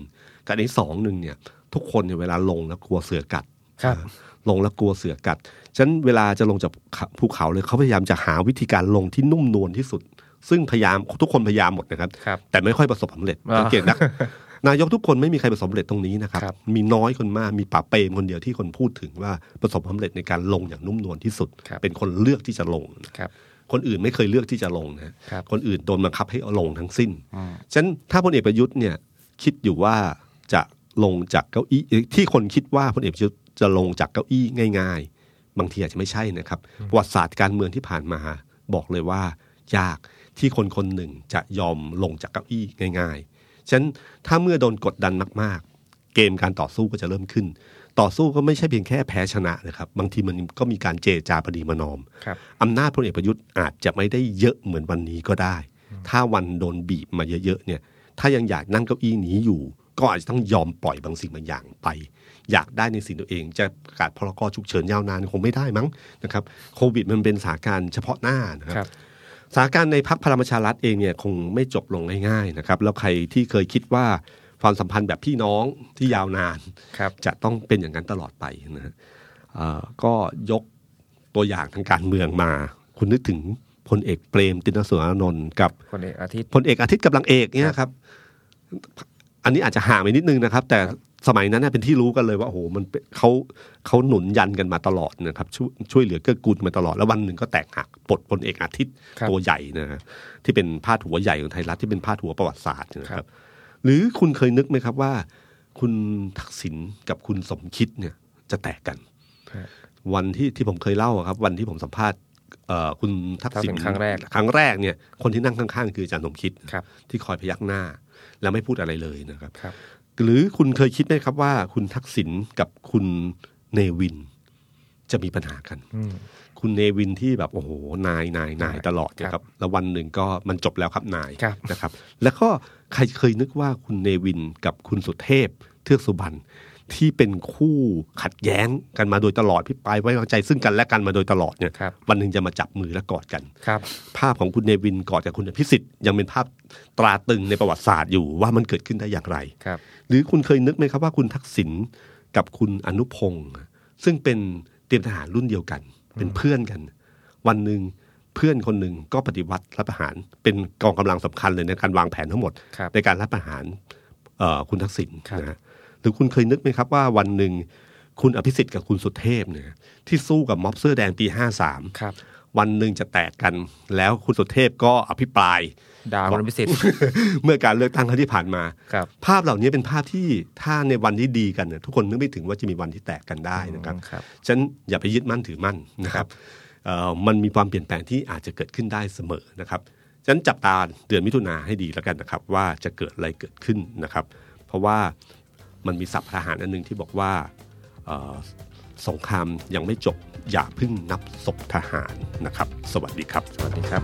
Speaker 2: กับอีกสองหนึ่งเนี่ยทุกคนเนี่ยเวลาลงแล้วกลัวเสือกัด
Speaker 3: ครับ
Speaker 2: ลงแล้วกลัวเสือกัด ฉะนันเวลาจะลงจากภูเขาเลยเขาพยายามจะหาวิธีการลงที่นุ่มนวลที่สุด ซึ่งพยายามทุกคนพยายามหมดนะครับ
Speaker 3: ครับ
Speaker 2: แต่ไม่ค่อยประสบความสำเร็จ
Speaker 3: อ่า
Speaker 2: สังเก ตนะ นายกทุกคนไม่มีใครประสบความสำเร็จตรงนี้นะครับ
Speaker 3: ครับ
Speaker 2: มีน้อยคนมากมีป๋าเปรมคนเดียวที่คนพูดถึงว่าประสบความสำเร็จในการลงอย่างนุ่มนวลที่สุด
Speaker 3: ครับ
Speaker 2: เป็นคนเลือกที่จะลงนะ
Speaker 3: ครับ
Speaker 2: คนอื่นไม่เคยเลือกที่จะลงนะครับคนอื่นโดนบังคับให้ลงทั้งสิ้น
Speaker 3: อืม
Speaker 2: ฉะนั้นถ้าพลเอกประยุทธ์เนี่ยคิดอยู่ว่าจะลงจากเก้าอี้เอ่อที่คนคิดว่าพลเอกประยุทธ์จะลงจากเก้าอี้ง่าย ๆ บางทีอาจจะไม่ใช่นะครับ ประวัติศาสตร์การเมืองที่ผ่านมาบอกเลยว่ายากที่คนคนหนึ่งจะยอมลงจากเก้าอี้ง่าย ๆ ฉะนั้นถ้าเมื่อโดนกดดันมากๆ เกมการต่อสู้ก็จะเริ่มขึ้น ต่อสู้ก็ไม่ใช่เพียงแค่แพ้ชนะนะครับ บางทีมันก็มีการเจรจาประดีประนอม
Speaker 3: ครับ
Speaker 2: อำนาจพลเอกประยุทธ์อาจจะไม่ได้เยอะเหมือนวันนี้ก็ได้ ถ้าวันโดนบีบมาเยอะๆเนี่ย ถ้ายังอยากนั่งเก้าอี้นี้อยู่ ก็อาจจะต้องยอมปล่อยบางสิ่งบางอย่างไป อยากได้ในสิ่งตัวเอง จะประกาศพรกฉุกเฉินยาวนานคงไม่ได้มั้งนะครับโควิดมันเป็นสถานการณ์เฉพาะหน้านะค
Speaker 3: ครั
Speaker 2: รับ
Speaker 3: บ
Speaker 2: สถานการณ์ในพักพลังประชารัฐเองเนี่ยคงไม่จบลงง่ายๆนะครับ แล้วใครที่เคยคิดว่าความสัมพันธ์แบบพี่น้องที่ยาวนาน
Speaker 3: ครับ
Speaker 2: จะต้องเป็นอย่างนั้นตลอดไปนะฮะเอ่อก็ยกตัวอย่างทางการเมืองมา คุณนึกถึงพลเอกเปรมตินสุรานนท์กับ
Speaker 3: คนเอกอาทิตย์
Speaker 2: พลเอกอาทิตย์กำลังเอกเนี่ยครับ อันนี้อาจจะห่างไปนิดนึงนะครับ แต่สมัยนั้นนะเป็นที่รู้กันเลยว่าโอ้โหมันเป็นเขาเขาหนุนยันกันมาตลอดนะครับช่วยช่วยเหลือเกื้อกูลมาตลอดแล้ววันหนึ่งก็แตกหักปลดพลเอกอาทิตย์
Speaker 3: ครับ
Speaker 2: ตัวใหญ่นะฮะที่เป็นพาดหัวใหญ่ของไทยรัฐที่เป็นพาดหัวประวัติศาสตร์นะครับ หรือคุณเคยนึกไหมครับว่า คุณทักษิณกับคุณสมคิดเนี่ยจะแตกกัน
Speaker 3: ครับ
Speaker 2: วันที่ที่ผมเคยเล่าอะครับ วันที่ผมสัมภาษณ์เอ่อคุณทักษิณ
Speaker 3: ทักษิณครั้งแรก
Speaker 2: ครั้งแรกเนี่ยคนที่นั่งข้างๆ คืออาจารย์สมคิด
Speaker 3: ครับ
Speaker 2: ที่คอยพยักหน้า แล้วไม่พูดอะไรเลยนะครับ
Speaker 3: ครับ
Speaker 2: หรือคุณเคยคิดไหมครับว่าคุณทักษิณกับคุณเนวินจะมีปัญหากัน
Speaker 3: อืม
Speaker 2: คุณเนวินที่แบบโอ้โหนายนายนายตลอดเนย
Speaker 3: ค
Speaker 2: ค
Speaker 3: รั
Speaker 2: รั
Speaker 3: บบ
Speaker 2: แล้ววันหนึ่งก็มันจบแล้วครับนาย
Speaker 3: ครับ
Speaker 2: นะครับ แล้วก็ใครเคยนึกว่าคุณเนวินกับคุณสุเทพ เทือกสุบรรณที่เป็นคู่ขัดแย้งกันมาโดยตลอดพิปรายไว้วางใจซึ่งกันและกันมาโดยตลอดเนี่ย
Speaker 3: ครับ
Speaker 2: วันหนึ่งจะมาจับมือและกอดกัน
Speaker 3: ครับ
Speaker 2: ภาพของคุณเนวินกอดกับคุณพิสิทธิ์ยังเป็นภาพตราตรึงในประวัติศาสตร์อยู่ว่ามันเกิดขึ้นได้อย่างไร
Speaker 3: ครับ
Speaker 2: หรือคุณเคยนึกไหมครับว่าคุณทักษิณกับคุณอนุพงศ์ซึ่งเป็นเตรียมทหารรุ่นเดียวกัน เป็นเพื่อนกัน วันหนึ่งเพื่อนคนหนึ่งก็ปฏิวัติรัฐประหาร เป็นกองกำลังสำคัญเลยในการวางแผนทั้งหมด
Speaker 3: ครับ
Speaker 2: ในการรัฐประหารเอ่อคุณทักษิณ
Speaker 3: ครับ
Speaker 2: นะฮะหรือคุณเคยนึกไหมครับว่าวันหนึ่งคุณอภิสิทธิ์กับคุณสุเทพเนี่ยที่สู้กับม็อบเสื้อแดงปี53
Speaker 3: ครับ
Speaker 2: วันหนึ่งจะแตกกันแล้วคุณสุเทพก็อภิปราย
Speaker 3: ดาวรพิสิทธิ์
Speaker 2: เมื่อการเลือกตั้งครั้งที่ผ่านมา
Speaker 3: ครับ
Speaker 2: ภาพเหล่านี้เป็นภาพที่ถ้าในวันที่ดีกันเนี่ยทุกคนนึกไม่ถึงว่าจะมีวันที่แตกกันได้นะครับ
Speaker 3: ครับ
Speaker 2: ฉะนันอย่าไปยึดมั่นถือมั่นนะครับเอ่อมันมีความเปลี่ยนแปลงที่อาจจะเกิดขึ้นได้เสมอนะครับฉะนันจับตาเดือนมิถุนาให้ดีแล้วกันนะครับ ว่าจะเกิดอะไรเกิดขึ้นนะครับ เพราะว่ามันมีศัพท์ทหารอันหนึงที่บอกว่าเอ่อสงครามยังไม่จบอย่าเพิ่งนับศพทหารนะครับ สวัสดีครับ
Speaker 3: สวัสดีครับ